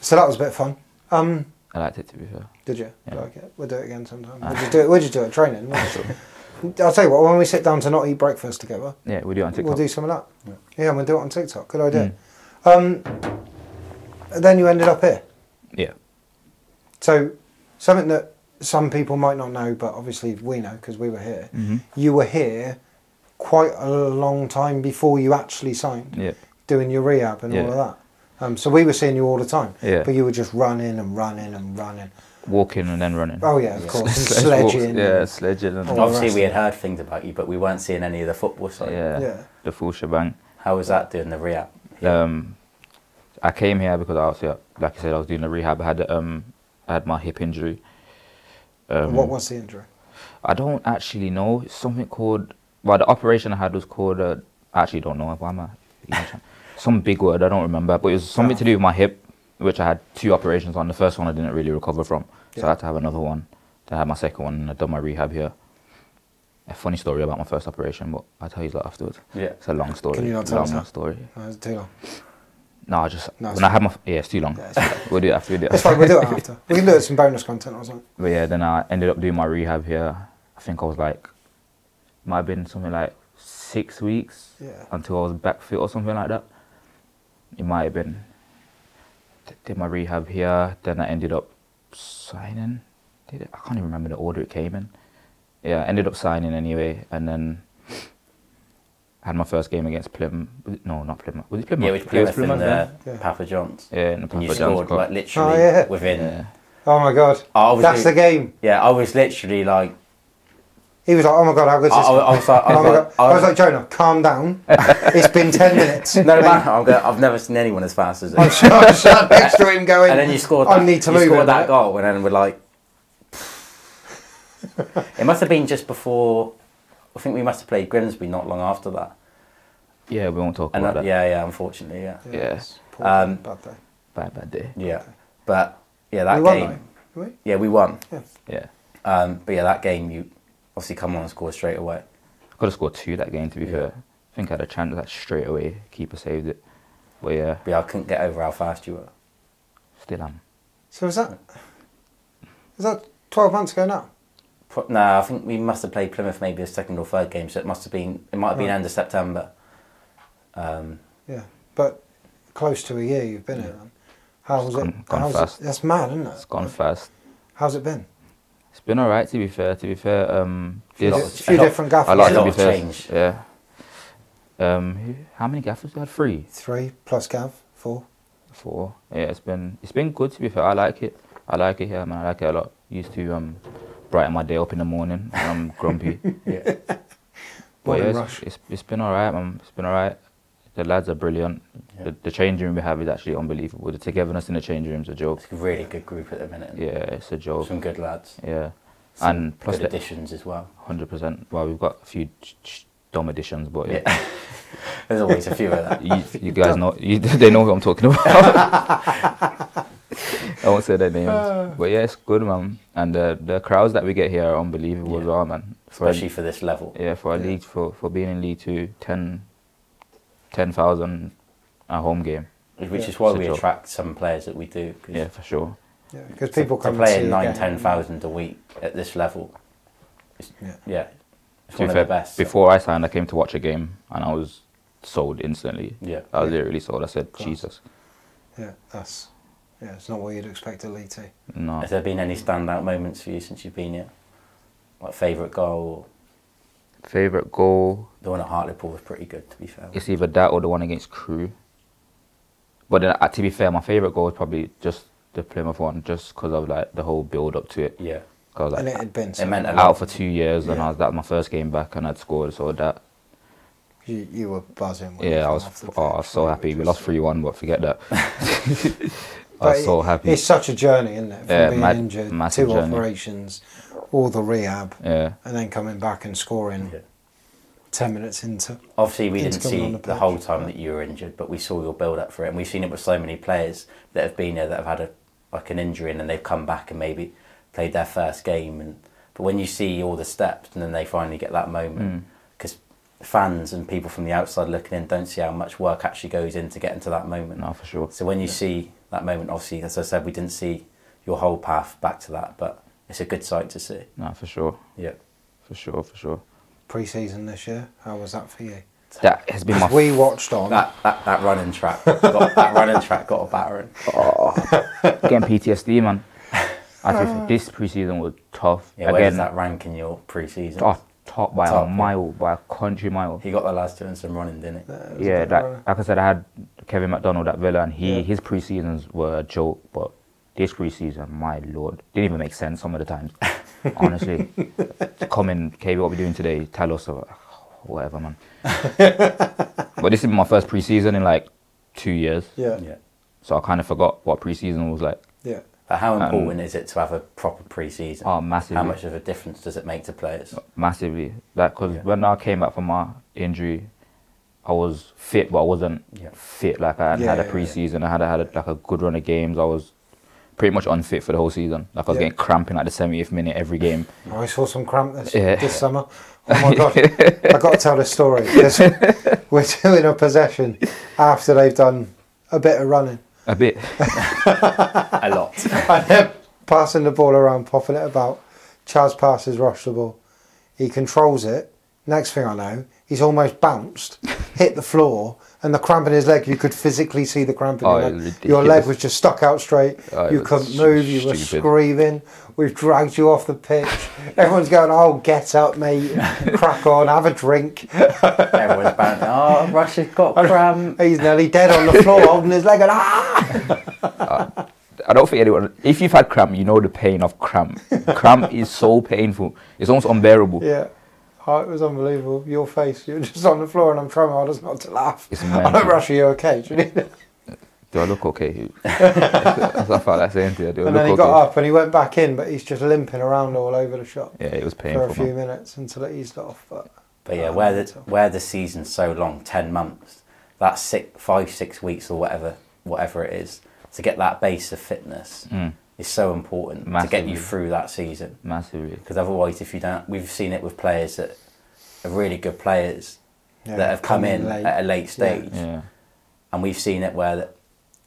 S2: So that was a bit fun. Um,
S1: I liked it to be fair.
S2: Did you?
S1: Yeah. Ah.
S2: Like it? We'll do it again sometime. Would you do it? Would you do it? Training. wouldn't you? I'll tell you what. When we sit down to not eat breakfast together,
S1: Yeah, we do it on
S2: we'll
S1: TikTok. Hmm.
S2: do some of that. Yeah, and we'll do it on TikTok. Good idea. Um, then you ended up here.
S1: Yeah.
S2: So something that some people might not know, but obviously we know because we were here.
S1: Mm-hmm.
S2: You were here quite a long time before you actually signed.
S1: Yeah.
S2: Doing your rehab and all
S1: Yeah.
S2: of that. Um, so we were seeing you all the time.
S1: Yeah.
S2: But you were just running and running and running.
S1: Walking and then running.
S2: Oh yeah, of course. And
S1: Sledge walks,
S2: sledging.
S1: Yeah, sledging. And
S2: Oh,
S1: all
S3: Obviously,
S2: right.
S3: we had heard things about you, but we weren't seeing any of the football
S1: that,
S3: side.
S1: yeah,
S2: Yeah.
S1: The full shebang.
S3: How was that doing the rehab?
S1: Um, I came here because I was, like I said, I was doing a rehab. I had um, I had my hip injury.
S2: what was the injury?
S1: I don't actually know. It's something called. Well, the operation I had was called. Uh, I actually don't know. Why am I? even trying- Some big word. I don't remember. But it was something to do with my hip, which I had two operations on. The first one I didn't really recover from, so
S2: Yeah.
S1: I had to have another one. Then I had my second one, and I done my rehab here. A funny story about my first operation, but I'll tell you that afterwards.
S3: Yeah.
S1: it's a long story.
S2: Can you not tell
S1: long
S2: us now?
S1: story.
S2: No, it's too long.
S1: No, I just
S2: No, it's
S1: when I
S2: fine.
S1: had my f- yeah, it's too long.
S2: it's fine.
S1: we'll do it after. We'll do it
S2: It's
S1: after.
S2: fine, we'll do it after. We can do some bonus content or something.
S1: But yeah, then I ended up doing my rehab here. I think I was like, might have been something like six weeks
S2: Yeah.
S1: until I was back fit or something like that. It might have been. D- Did my rehab here, then I ended up signing. Did it? I can't even remember the order it came in. Yeah, I ended up signing anyway, and then had my first game against Plymouth. No, not Plymouth. Was it Plymouth?
S3: Yeah, we
S1: It was
S3: Plymouth in
S1: yeah.
S3: the Papa John's.
S1: Yeah, in the
S3: and you
S1: Papa John's
S3: scored
S1: club.
S3: like literally
S2: Oh, yeah.
S3: within.
S1: Yeah.
S2: Oh my god.
S3: I was
S2: That's
S3: li-
S2: the game.
S3: Yeah, I was literally like,
S2: He was like, oh my god, how good is
S3: I,
S2: this?
S3: I, I was like, I
S2: And
S3: was
S2: I'm
S3: like,
S2: like- I was like, Jonah, calm down. it's been 10 minutes.
S3: no man, I'm go- I've never seen anyone as fast as.
S2: I'm
S3: you.
S2: sat I'm sat next to him going,
S3: And then you scored.
S2: I
S3: that,
S2: need to
S3: you
S2: move
S3: scored
S2: him,
S3: that
S2: right?
S3: goal, and then we're like, it must have been just before. I think we must have played Grimsby not long after that.
S1: Yeah, we won't talk
S3: And
S1: about
S3: that,
S1: that.
S3: yeah, yeah, unfortunately, yeah, yeah.
S1: yeah.
S2: Poor
S3: Um,
S2: bad day.
S1: Bad, bad day.
S3: But yeah, that
S2: We won,
S3: game.
S2: though, didn't
S3: Yeah, we won.
S1: Yeah.
S3: Um, but yeah, that game you obviously come on and score straight away.
S1: Could have scored two that game, to be fair. I think I had a chance that straight away. Keeper saved it. But yeah,
S3: But yeah, I couldn't get over how fast you were.
S1: still am.
S2: So was that, was that 12 months ago now?
S3: Pro- No, I think we must have played Plymouth maybe the second or third game, so it must have been it might have been end of September. Um,
S2: Yeah. But close to a year you've been here. Man. How was
S1: gone-
S2: it?
S1: gone
S2: how's it-
S1: fast.
S2: That's mad, isn't
S1: It's
S2: it?
S1: gone fast.
S2: How's it been?
S1: It's been alright to be fair. To be fair, um,
S2: Few
S1: there's-
S2: di- few
S1: a lot-
S2: different gaffers.
S1: A lot
S3: A
S1: to
S3: lot
S1: be
S3: of
S1: fair.
S3: change.
S1: Yeah. Um, who- how many gaffers we had? Three,
S2: Three plus Gav, four.
S1: four. Yeah, it's been it's been good to be fair. I like it. I like it here, man. I like it a lot. Used to um, brighten my day up in the morning when I'm grumpy.
S3: Yeah.
S1: But
S2: Morning
S1: yeah,
S2: rush.
S1: it's, it's, it's been all right, man. It's been all right. The lads are brilliant.
S3: Yeah.
S1: The, the change room we have is actually unbelievable. The togetherness in the change room is a joke.
S3: It's a really good group at the minute.
S1: Yeah, it's a joke.
S3: Some good lads.
S1: Yeah,
S3: Some
S1: and plus
S3: good
S1: the
S3: additions as well.
S1: hundred percent. Well, we've got a few ch- ch- dumb additions, but yeah,
S3: Yeah. There's always a few of that.
S1: you, you guys know you, they know what I'm talking about. I won't say their names, but yeah, it's good, man. And the the crowds that we get here are unbelievable as
S3: Yeah.
S1: well, man. For a-
S3: Especially for this level.
S1: yeah, for a league for, for being in League Two, 10 10,000 a home game.
S3: Which
S2: Yeah.
S3: is why
S1: It's a
S3: we
S1: job.
S3: attract some players that we do. 'cause
S1: Yeah, for sure.
S2: Yeah, because people
S3: to
S2: come and see
S3: play
S2: a
S3: in nine,
S2: game.
S3: ten thousand a week at this level. It's,
S2: Yeah.
S3: yeah. yeah. It's
S1: To be
S3: one of
S1: fair,
S3: the best.
S1: Before I signed, I came to watch a game and I was sold instantly.
S3: Yeah.
S1: I was literally sold. I said, Jesus,
S2: Yeah, that's yeah. It's not what you'd expect a lead to.
S1: no.
S3: Has there been any standout moments for you since you've been here? Like favourite goal?
S1: Favorite goal?
S3: The one at Hartlepool was pretty good, to be fair.
S1: It's either that or the one against Crew. But then, uh, to be fair, my favorite goal is probably just the Plymouth one, just because of like the whole build up to it.
S3: yeah.
S1: 'Cause,
S2: And
S1: like,
S2: it had been so
S3: It meant a lot.
S1: out for two years, and I was that was my first game back, and I'd scored. So that
S2: You, you were buzzing. When you
S1: Yeah, I
S2: came
S1: was,
S2: off the
S1: oh, I
S2: pitch,
S1: was so
S2: you
S1: happy.
S2: were
S1: We
S2: just-
S1: lost 3 1, but forget that. I
S2: But
S1: was so
S2: it-
S1: happy.
S2: It's such a journey, isn't it? From
S1: Yeah,
S2: being
S1: mad-
S2: injured,
S1: massive
S2: two
S1: journey.
S2: operations, all the rehab,
S1: Yeah,
S2: and then coming back and scoring
S3: Yeah.
S2: ten minutes into.
S3: Obviously, we
S2: Things
S3: didn't
S2: coming
S3: see
S2: on the
S3: the,
S2: pitch.
S3: whole time that you were injured, but we saw your build up for it, and we've seen it with so many players that have been here that have had a like an injury, and then they've come back and maybe played their first game. And but when you see all the steps, and then they finally get that moment, because fans and people from the outside looking in don't see how much work actually goes into getting to that moment.
S1: no, for sure.
S3: So when you see that moment, obviously, as I said, we didn't see your whole path back to that, but it's a good sight to see.
S1: No, for sure.
S3: Yeah.
S1: For sure, for sure.
S2: Pre-season this year, how was that for you?
S1: That has been my.
S2: We watched on.
S3: That, that, that running track, got, that running track got a battering.
S1: Again, PTSD, man. I think this preseason was tough.
S3: Yeah, where does
S1: Again, Oh.
S3: that rank in your pre-season?
S1: top, top by
S3: Top,
S1: a
S3: yeah.
S1: mile, by a country mile.
S3: He got the lads doing some running, didn't he?
S1: yeah, like, like I said, I had Kevin McDonald at Villa, and he his pre-seasons were a joke, but this pre-season, my lord, didn't even make sense some of the times. Honestly, come in, KB, what we doing today? Tell us, or whatever, man. but this is my first pre-season in like two years,
S2: yeah,
S3: yeah.
S1: so I kind of forgot what pre-season was like.
S2: yeah.
S3: But how important is it to have a proper pre-season?
S1: Oh, massively.
S3: How much of a difference does it make to players?
S1: massively. Like, cause when I came back from my injury, I was fit, but I wasn't
S3: Yeah.
S1: fit. Like I had
S2: Yeah,
S1: had
S2: yeah,
S1: a
S2: yeah.
S1: preseason. I had I had a, like a good run of games. I was pretty much unfit for the whole season. Like I was
S2: Yeah.
S1: getting cramping at the 70th minute every game.
S2: Oh, I saw some cramp this,
S1: Yeah.
S2: this summer. Oh my god! I got to tell this story. This- we're doing a possession after they've done a bit of running.
S1: A bit.
S3: a lot.
S2: and then passing the ball around, popping it about. Chaz passes Rosh the ball. He controls it. Next thing I know, he's almost bounced, hit the floor, and the cramp in his leg, you could physically see the cramp in
S1: Oh,
S2: your
S1: it was
S2: leg. Your leg
S1: ridiculous.
S2: was just stuck out straight.
S1: Oh, it
S2: you
S1: was
S2: couldn't
S1: stu-
S2: move. You were
S1: stupid.
S2: screaming. We've dragged you off the pitch. Everyone's going, oh, get up, mate. Crack on, have a drink.
S3: Everyone's bouncing. Oh, Rush has got cramp.
S2: He's nearly dead on the floor holding his leg. And, ah!
S1: I don't think anyone. If you've had cramp, you know the pain of cramp. cramp is so painful. It's almost unbearable.
S2: Yeah. Oh, it was unbelievable. Your face, you were just on the floor, and I'm trying my hardest not to laugh.
S1: It's
S2: I
S1: mental.
S2: don't rush you, okay? Do you need it?
S1: Do I look okay? That's what I felt like saying to you. Do I look
S2: And then he
S1: okay?
S2: got up and he went back in, but he's just limping around all over the shop
S1: Yeah, it was
S2: for a
S1: painful.
S2: few
S1: man.
S2: minutes until it eased off. But
S3: But yeah, where the where the season's so long, ten months, that's six, five, six weeks or whatever, whatever it is, to get that base of fitness is so important to get
S1: Massively.
S3: you through that season.
S1: Massively.
S3: Because otherwise, if you don't, we've seen it with players that are really good players
S2: Yeah,
S3: that have come
S2: come
S3: in
S2: in late.
S3: at a late stage,
S1: Yeah.
S3: and we've seen it where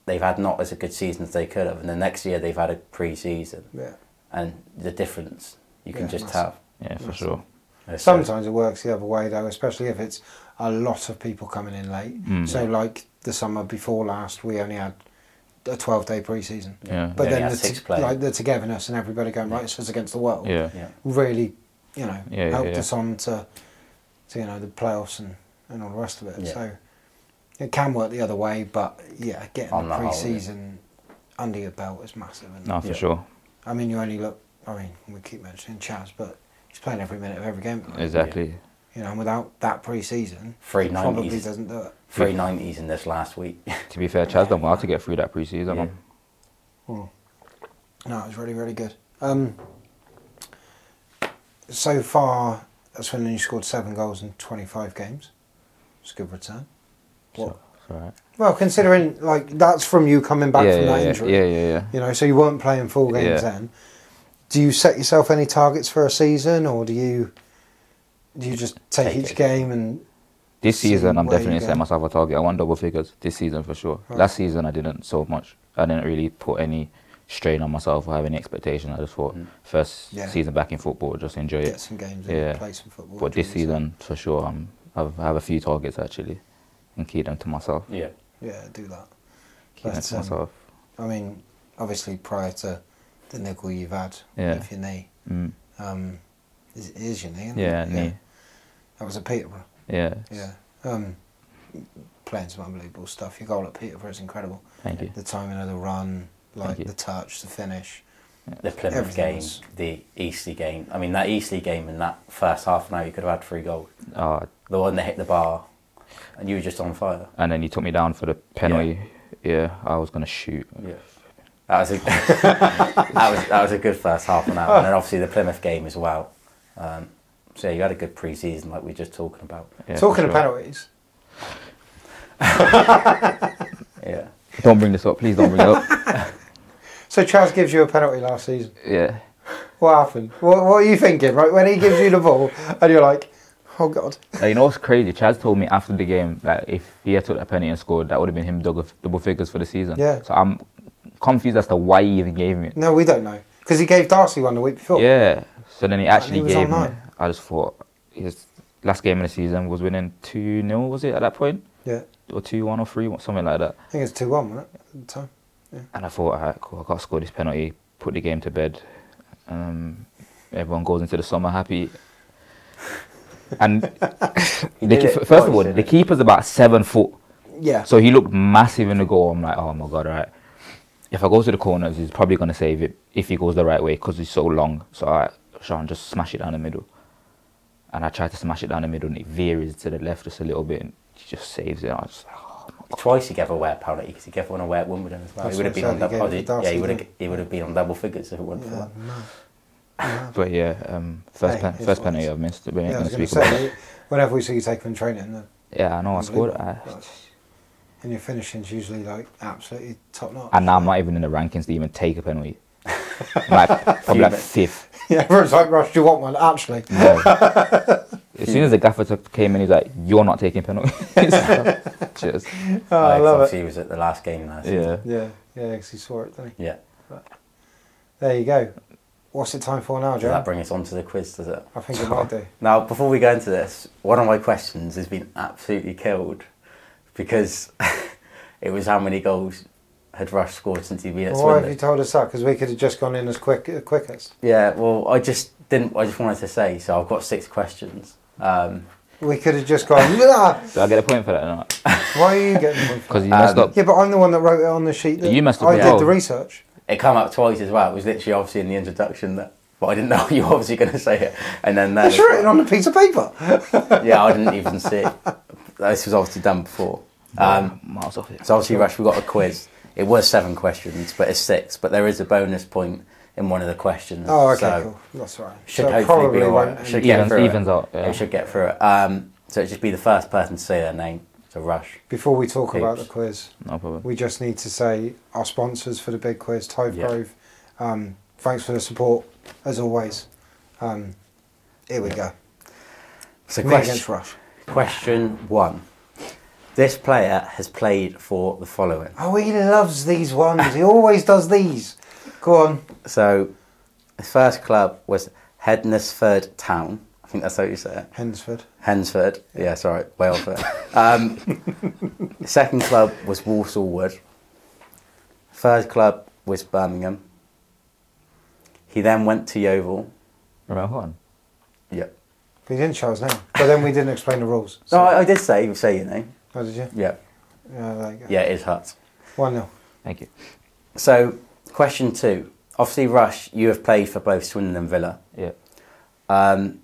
S3: they've had not as a good season as they could have, and the next year they've had a pre-season,
S2: yeah,
S3: and the difference you can
S2: Yeah,
S3: just
S2: massive.
S3: tell.
S1: Yeah, for sure.
S3: So-
S2: sometimes it works the other way though, especially if it's
S1: Hmm.
S2: a lot of people coming in late. So like the summer before last, we only had a 12 day preseason.
S1: Yeah.
S2: But
S3: They only
S2: then
S3: had
S2: the,
S3: six
S2: t-
S3: players.
S2: like, the togetherness and everybody going, right, this is against the world,
S1: Yeah.
S3: Yeah.
S2: really, you know,
S1: Yeah, yeah,
S2: helped
S1: yeah.
S2: us on to, to, you know, the playoffs and, and all the rest of it.
S3: Yeah.
S2: So it can work the other way, but yeah, getting
S3: On
S2: the
S3: the whole, yeah.
S2: preseason under your belt is massive. And
S1: No, for
S3: Yeah.
S1: sure.
S2: I mean, you only look, I mean, we keep mentioning Chaz, but he's playing every minute of every game. at the moment.
S1: Exactly.
S2: You know, and without that preseason,
S3: Three
S2: he probably
S3: nineties.
S2: doesn't do it.
S3: Three nineties in this last week.
S1: To be fair, Chaz done well to get through that preseason.
S3: Yeah.
S1: man.
S2: Hmm. No, it was really, really good. Um, so far, Swindon you scored seven goals in 25 games. It's a good return. What?
S1: It's all right.
S2: Well, considering like that's from you coming back
S1: Yeah,
S2: from
S1: yeah,
S2: that
S1: yeah,
S2: injury.
S1: yeah, yeah, yeah.
S2: You know, so you weren't playing full games
S1: Yeah.
S2: then. Do you set yourself any targets for a season, or do you do you just take,
S3: Take
S2: each
S3: it.
S2: game and
S1: This
S2: See
S1: season, I'm
S2: where you
S1: definitely
S2: go.
S1: setting myself a target. I want double figures this season for sure.
S2: Right.
S1: Last season, I didn't so much. I didn't really put any strain on myself or have any expectation. I just thought first
S2: Mm. Yeah.
S1: season back in football, just enjoy
S2: get
S1: it.
S2: some games
S1: Yeah.
S2: and play some football?
S1: But this
S2: Do you-
S1: season, for sure, I'm, I've, I have a few targets actually, and keep them to myself.
S3: yeah.
S2: yeah, do that.
S1: Keep them
S2: But,
S1: to
S2: um,
S1: myself.
S2: I mean, obviously prior to the niggle you've had
S1: Yeah.
S2: with your knee,
S1: Mm.
S2: um, is, it is your knee? Isn't
S1: Yeah,
S2: it?
S1: knee.
S2: That was a Peterborough.
S1: Yeah.
S2: Yeah, um, playing some unbelievable stuff. Your goal at Peterborough is incredible.
S1: Thank you.
S2: The timing of the run, like
S1: Thank you.
S2: the touch, the finish.
S3: The Plymouth
S2: Everything
S3: game,
S2: was-
S3: the Eastleigh game. I mean that Eastleigh game in that first half an hour you could have had three goals.
S1: Uh,
S3: The one that hit the bar and you were just on fire.
S1: and then you took me down for the penalty. Yeah, I was gonna shoot.
S3: Yeah. That was a that was that was a good first half an hour, and then obviously the Plymouth game as well. Um, so yeah, you had a good pre-season, like we were just talking about.
S1: Yeah,
S2: Talking
S1: for
S2: of
S1: sure.
S2: penalties,
S3: Yeah,
S1: Don't bring this up, please. Don't bring it up.
S2: so Chaz gives you a penalty last season.
S1: Yeah.
S2: What happened? What, what are you thinking? Right when he gives you the ball, and you're like, oh god.
S1: Like, you know what's crazy? Chaz told me after the game that if he had took that penalty and scored, that would have been him double, double figures for the season.
S2: Yeah.
S1: So I'm confused as to why he even gave me it.
S2: No, we don't know because he gave Darcy one the week before.
S1: Yeah. So then he actually
S2: was
S1: gave me it.
S2: online.
S1: I just thought his last game of the season was winning 2 0, was it, at that point?
S2: yeah.
S1: Or 2 1 or 3 1, something like that.
S2: I think it's two one, wasn't it? At the time.
S1: And I thought, all right, cool, i got to score this penalty, put the game to bed. Um, everyone goes into the summer happy. And the,
S3: did
S1: key-
S3: it
S1: first of
S3: twice,
S1: all,
S3: didn't
S1: the
S3: he?
S1: keeper's about seven foot.
S2: Yeah.
S1: So he looked massive in the goal. I'm like, oh my god, right. If I go to the corners, he's probably gonna save it if he goes the right way because he's so long. So I, Sean, just smash it down the middle. And I try to smash it down the middle, and it veers to the left just a little bit, and he just saves it. I was like, oh my god.
S3: twice he gave away a penalty because he gave one away at Wimbledon as well.
S2: That's
S3: he would have
S2: what
S3: been on
S2: I said, he
S3: double. Oh,
S2: gave it
S3: did-
S2: to
S3: yeah, he
S2: Darcy,
S3: would have.
S2: didn't
S3: He would have been on double figures if it wasn't for that.
S1: But yeah, um, first
S2: Hey,
S1: pen,
S2: it's
S1: first
S2: what
S1: penalty
S2: it is.
S1: I've missed. We ain't
S2: Yeah, I
S1: gonna
S2: was going
S1: speak
S2: to
S1: about
S2: say, whenever we see you take them training, the-
S1: it. Yeah, I know I scored. it. I,
S2: Unbelievable. and your finishing's usually like absolutely top notch.
S1: and uh, now I'm not even in the rankings to even take a penalty. I'm like, probably like fifth.
S2: yeah, everyone's like, Rush, do you want one? Actually,
S1: No. as soon as the gaffer took- came in, he's like, "You're not taking penalties." So, Cheers.
S2: Oh, I
S3: Like,
S2: love
S3: obviously, he was at the last game last season.
S1: Yeah.
S2: yeah, yeah, because he saw it, didn't he?
S3: Yeah.
S2: There you go. What's it time for now,
S3: Does
S2: Joe?
S3: that bring us on to the quiz? Does it?
S2: I think it might do.
S3: Now, before we go into this, one of my questions has been absolutely killed because it was how many goals had Rush scored since he'd been at
S2: Well, why have
S3: Swindon.
S2: you told us that? Because we could have just gone in as quick, uh, quickest.
S3: yeah, well, I just didn't. I just wanted to say. So I've got six questions. Um,
S2: We could have just gone. "Nah."
S1: Do I get a point for that or not?
S2: Why are you getting one? for
S1: Because
S2: that?
S1: you messed up.
S2: Yeah, but I'm the one that wrote it on the sheet. That
S1: You messed up
S2: I
S1: the
S2: did
S1: goal.
S2: Oh, the research.
S3: it came up twice as well. It was literally obviously in the introduction that. But I didn't know you were obviously going to say it, and then that
S2: It's written on a piece of paper.
S3: yeah, I didn't even see. It. This was obviously done before. Um,
S1: Miles off it.
S3: So obviously, Rush, we got a quiz. It was seven questions, but it's six. But there is a bonus point in one of the questions.
S2: Oh, okay,
S3: so
S2: cool. That's all right.
S3: Should
S2: So
S3: hopefully
S2: probably
S3: be all right.
S2: won't
S3: Should
S2: end-
S3: get
S1: Evens-
S3: through
S1: evens
S3: it.
S1: out, yeah.
S3: It should get through it. Um, so it just be the first person to say their name. So Rush.
S2: Before we talk about the
S3: Oops.
S2: quiz,
S1: No problem.
S2: we just need to say our sponsors for the big quiz, Tove
S3: Yeah.
S2: Grove. Um, thanks for the support, as always. Um, here we go.
S3: So
S2: Me against Rush.
S3: question one. This player has played for the following.
S2: Oh, he loves these ones. He always does these. Go on.
S3: So his first club was Hednesford Town. I think that's how you say it.
S2: Hensford.
S3: Hensford. Yeah, sorry, Walesford. Um, second club was Walsall Wood. first club was Birmingham. He then went to Yeovil.
S1: Remember one?
S3: Yep.
S2: But you didn't show us name. But then we didn't explain the rules.
S3: No, Oh, I, I did say say your name.
S2: Oh, did you?
S3: Yeah.
S2: Yeah, there you go.
S3: Yeah, it is Hutt.
S2: 1 0.
S1: Thank you.
S3: So, question two. Obviously, Rush, you have played for both Swindon and Villa.
S1: Yeah.
S3: Um,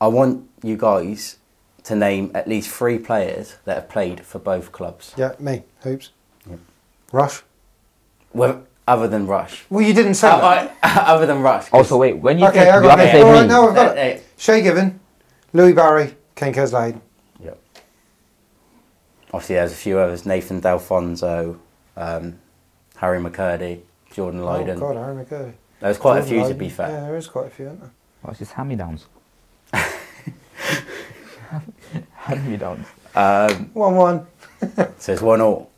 S3: I want you guys to name at least three players that have played for both clubs,
S2: Yeah, me. Hoops. Rush.
S3: Well, other than Rush.
S2: Well, you didn't say
S3: Uh,
S2: that.
S3: I- other than Rush. 'cause-
S1: Also, Oh, wait. When you
S2: Okay,
S1: said-
S2: I
S1: you
S2: got
S1: haven't
S2: it.
S1: said
S2: All right,
S1: me.
S2: now I've got
S3: Uh,
S2: it.
S3: hey.
S2: Shay Given, Louis Barry, Ken Kerslade.
S3: Yep. Obviously, there's a few others: Nathan D'Alfonso, um, Harry McCurdy, Jordan
S2: Oh,
S3: Lydon.
S2: God, Harry McCurdy.
S3: There was quite a
S2: Jordan
S3: few to
S2: Lydon.
S3: be
S2: Yeah,
S3: fair.
S2: there is quite a few, isn't there?
S1: Oh, it's just hand-me-downs. hand-me-downs.
S2: 1 1.
S3: So it's one all.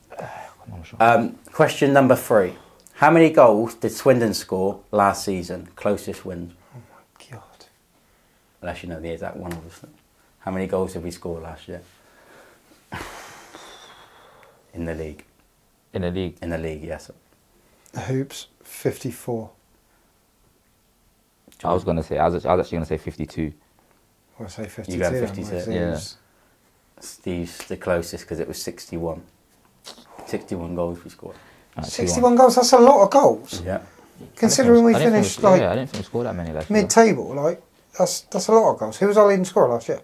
S3: Um, question number three: How many goals did Swindon score last season? Closest win,
S2: God.
S3: unless you know the exact one, obviously. How many goals did we score last year in the league?
S1: In the league.
S3: In the league, yes.
S2: Hoops, 54.
S1: I was gonna say. I was, I was actually gonna say 52.
S2: Or I say 52.
S3: You got
S2: then,
S3: 56,
S2: because
S3: yeah.
S2: it's-
S3: Steve's the closest because it was 61. 61 goals we scored.
S1: Alright,
S2: 61 goals, that's a lot of goals.
S3: Yeah.
S2: Considering we
S1: I didn't think
S2: finished
S1: we-
S2: like
S1: yeah, I didn't think we scored that many last
S2: mid
S1: year.
S2: table, like that's that's a lot of goals. Who was our leading scorer last year?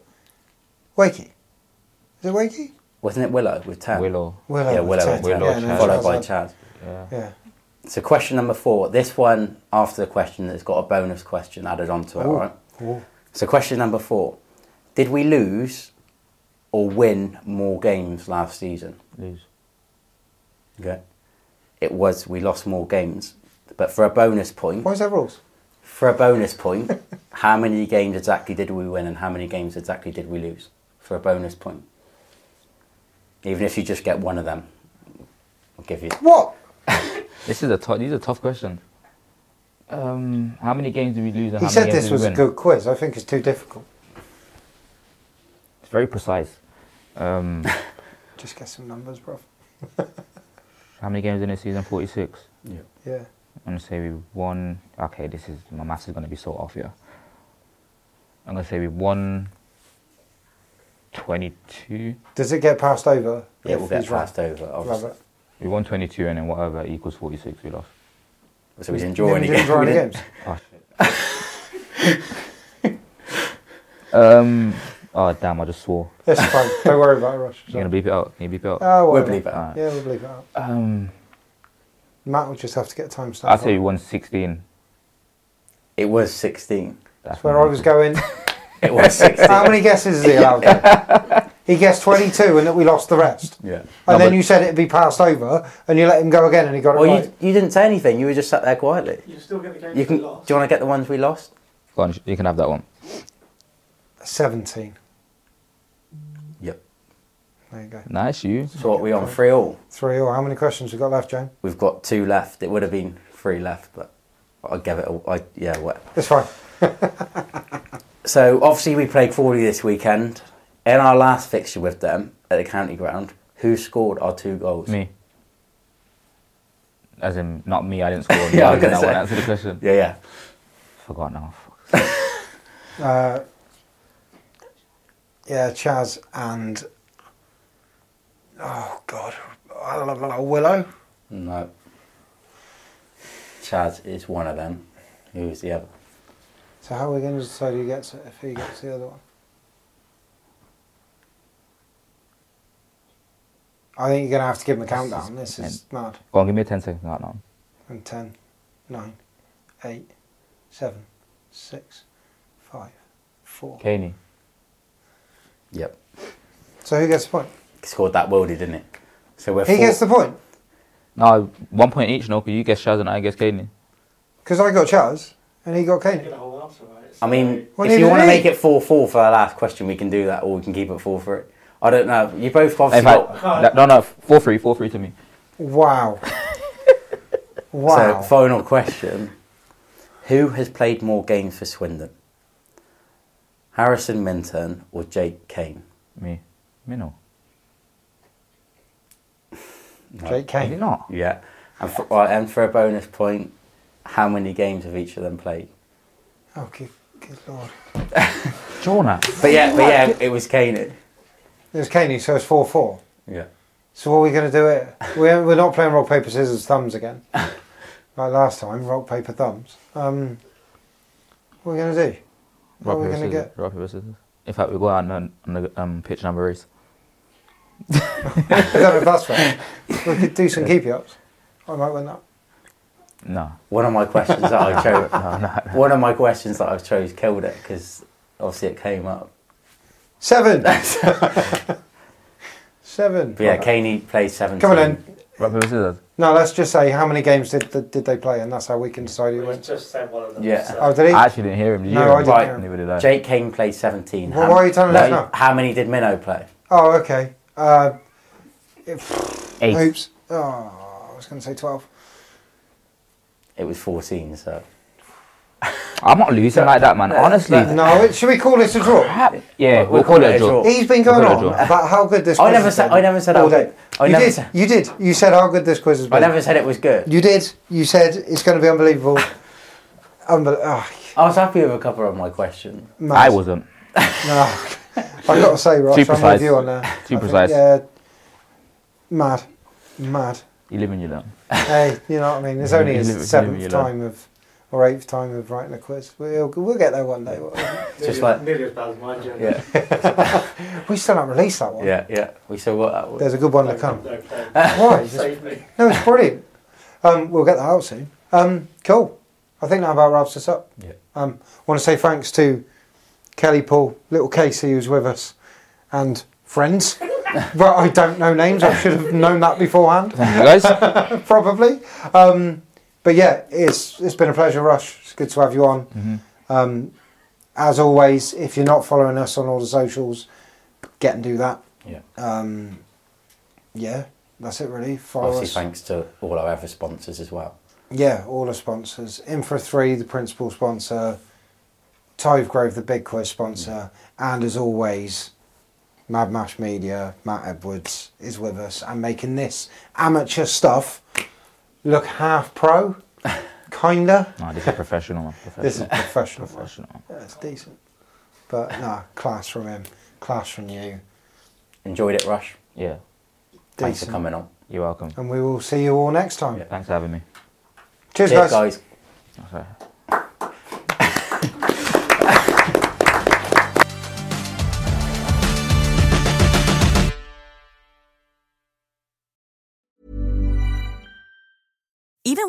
S2: Wakey. Is it Wakey?
S3: Wasn't it Willow with 10?
S1: Willow.
S2: Willow.
S3: yeah,
S2: with
S3: Willow.
S2: 10.
S3: with 10,
S1: Willow,
S2: no,
S3: Followed by
S2: that's right.
S3: Chad.
S2: Yeah.
S3: So, question number four. This one, after the question, has got a bonus question added onto it, all right?
S2: Ooh.
S3: So, question number four. Did we lose or win more games last season?
S1: Lose.
S3: Okay. It was, we lost more games. But for a bonus point,
S2: Why is there rules?
S3: for a bonus point, how many games exactly did we win and how many games exactly did we lose for a bonus point? Even if you just get one of them, I'll give you.
S2: What?
S1: This is a tough. These are tough questions. Um, how many games did we lose? And
S2: He
S1: how
S2: said
S1: many games
S2: this
S1: did we
S2: was a
S1: win?
S2: good quiz. I think it's too difficult.
S1: It's very precise. Um,
S2: Just get some numbers, bruv.
S1: how many games in the season? Forty-six.
S2: Yeah.
S1: I'm gonna say we won. Okay, this is my maths is gonna be so off here. I'm gonna say we won. Twenty-two.
S2: Does it get passed over?
S3: It will
S2: if
S3: get
S2: he's right?
S3: passed over.
S2: Love
S3: Obviously.
S2: it.
S1: We won twenty-two, and then whatever equals forty-six, we lost.
S3: So we didn't
S2: Then
S3: draw
S2: we
S3: any
S2: didn't
S3: games.
S2: draw
S3: we
S2: any
S3: didn't-
S2: games.
S1: Oh shit. um. Oh damn! I just swore.
S2: It's fine. Don't worry about it, Rush.
S1: You're gonna bleep it out. Can you bleep it out?
S2: Oh,
S3: We'll
S2: whatever.
S3: believe it.
S1: Alright.
S2: Yeah, we'll bleep it out.
S1: Um.
S2: Matt will just have to get a timestamp.
S1: I'll say we
S2: up.
S1: won sixteen.
S3: It was 16.
S1: That's
S2: That's where I was going.
S3: It was 16.
S2: How many guesses is he allowed? to- he guessed 22 and that we lost the rest.
S3: yeah.
S2: And
S1: No,
S2: then
S1: but-
S2: you said it'd be passed over, and you let him go again, and he got it
S3: Well,
S2: right.
S3: you, you didn't say anything. You were just sat there quietly.
S4: You still get the games
S3: You can.
S4: we
S3: Do you
S4: lost.
S3: want to get the ones we lost?
S1: Go on, you can have that one.
S2: 17.
S3: Yep.
S2: There you go.
S1: Nice you.
S3: So what we on three all?
S2: Three all. How many questions we got left, Jane?
S3: We've got two left. It would have been three left, but I give it. A, I yeah. What?
S2: It's fine.
S3: So obviously we played Crawley this weekend. In our last fixture with them at the county ground, who scored our two goals?
S1: Me. As in, not me. I didn't score.
S3: Yeah, I
S1: did
S3: was gonna
S1: that one.
S3: say.
S1: Answer the question.
S3: Yeah, yeah.
S1: Forgot now. Fuck.
S2: Uh, yeah, Chaz and. Oh, God. Willow?
S3: No. Chaz is one of them. Who's the other?
S2: So, how are we going to decide who gets it if he gets the other one? I think you're going to have to give him a countdown. This is mad.
S1: Go on, give me a 10 second countdown.
S2: and 10, 9, 8, 7, 6, 5, 4.
S1: Caney.
S3: Yep.
S2: So who gets the point?
S3: Scored that worldie, didn't it? So we're
S2: He
S3: four.
S2: gets the point
S1: No, one point each. No, 'cause you guess Shaz and I guess Caney.
S2: because I got Chaz and he got
S4: You
S2: Kane.
S4: get a whole answer, right?
S3: I mean,
S2: Well,
S3: if
S2: neither
S3: you want to
S2: did he.
S3: make it four four for our last question, we can do that, or we can keep it four three. I don't know. You both
S1: In
S2: Oh,
S3: obviously
S1: fact,
S3: got.
S1: that- no, no, four three, four three to me.
S2: Wow. wow.
S3: So final question: Who has played more games for Swindon? Harrison Minton or Jake Kane?
S1: Me. Me no.
S2: Jake
S1: Is it
S2: Kane.
S1: not?
S3: Yeah. And for, right, and for a bonus point, how many games have each of them played?
S2: Oh, good, good lord.
S1: Jonah.
S3: But yeah, but yeah, it was Kane.
S2: There's Caney, so it's 4 4.
S3: Yeah.
S2: So what are we going to do it? We're, we're not playing rock, paper, scissors, thumbs again. like last time, rock, paper, thumbs. Um, what are we going to do? What
S1: Rock,
S2: are we
S1: paper,
S2: going to
S1: scissors.
S2: get?
S1: Rock, paper, scissors. In fact, we go out on, on the um, pitch number race.
S2: I don't know if that's right. We could do some keep ups. I might win that.
S1: No.
S3: One of my questions that I chose. One of my questions that I've chose killed it because obviously it came up.
S2: Seven! Seven.
S3: But yeah, Kane played seventeen.
S2: Come on then.
S1: Rock, paper, scissors.
S2: No, let's just say how many games did did, did they play, and that's how we can decide who
S4: But he's
S2: wins.
S4: just said one of them.
S3: Yeah.
S4: so-
S2: Oh, did he?
S1: I actually didn't hear him. Did you
S2: No,
S1: hear
S2: I
S1: him?
S2: didn't
S3: Right.
S2: hear him.
S1: Neither did I.
S3: Jake Kane played seventeen.
S2: Well, why are you telling us
S3: no,
S2: now?
S3: How many did Minnow play?
S2: Oh, okay. Uh,
S1: Eight.
S2: oops. Oh, I was going to say 12.
S3: It was fourteen. So
S1: I'm not losing like that, man. Honestly.
S2: No, it- should we call this a draw?
S1: Crap. Yeah, we'll, call it a draw.
S2: He's
S1: We'll
S2: been going
S1: call it a
S2: on
S1: draw.
S2: about how good this.
S3: I
S2: quiz
S3: never
S2: has
S3: said-
S2: been
S3: I never said
S2: all
S3: how
S2: day.
S3: good- I
S2: you
S3: never
S2: did.
S3: said-
S2: You did. You said how good this quiz has been.
S3: I never said it was good.
S2: You did. You said it's going to be unbelievable. Unbel- oh,
S3: I was happy with a couple of my questions.
S2: mate.
S1: I wasn't.
S2: No, I got to say, Ross,
S1: Too
S2: I'm with
S1: precise.
S2: you on that.
S1: Too
S2: I think,
S1: precise.
S2: Yeah, mad, mad.
S1: You live and you learn.
S2: hey, you know what I mean? It's
S1: You
S2: only
S1: live- you
S2: his
S1: live
S2: seventh
S1: your life.
S2: time of or eighth time of writing a quiz. We'll we'll get there one day. won't we?
S4: Nearly-
S3: Just like-
S4: nearly as bad as mine, Jim.
S3: Yeah,
S2: we still haven't released that one.
S3: yeah, yeah. We saw what that was.
S2: There's a good one to
S4: No,
S2: come.
S4: no, no.
S2: Why? It's-
S4: Save me.
S2: No, it's brilliant. Um, we'll get that out soon. Um, cool. I think that about wraps us up.
S3: Yeah.
S2: Um, want to say thanks to Kelly Paul, little Casey who's with us, and friends. but I don't know names. I should have known that beforehand,
S1: You guys?
S2: probably. Um, but yeah, it's it's been a pleasure, Rush. It's good to have you on. Um, as always, if you're not following us on all the socials, get and do that.
S3: Yeah.
S2: Um, yeah, that's it really. Follow
S3: Obviously,
S2: us.
S3: thanks to all our other sponsors as well.
S2: Yeah, all the sponsors. Infra3, the principal sponsor. Tive Grove, the big quiz sponsor. And as always, Mad Mash Media, Matt Edwards is with us and making this amateur stuff look half pro, kinda.
S1: No, this is professional, man. Professional.
S2: This is professional.
S1: professional.
S2: Yeah, it's decent. But nah, class from him, class from you.
S3: Enjoyed it, Rush.
S1: Yeah,
S3: Thanks for
S2: Decent.
S3: coming on.
S1: you're welcome.
S2: And we will see you all next time.
S3: Yeah.
S1: Thanks for having me.
S2: Cheers,
S3: Cheers,
S2: guys.
S3: guys.
S1: Sorry.
S5: Even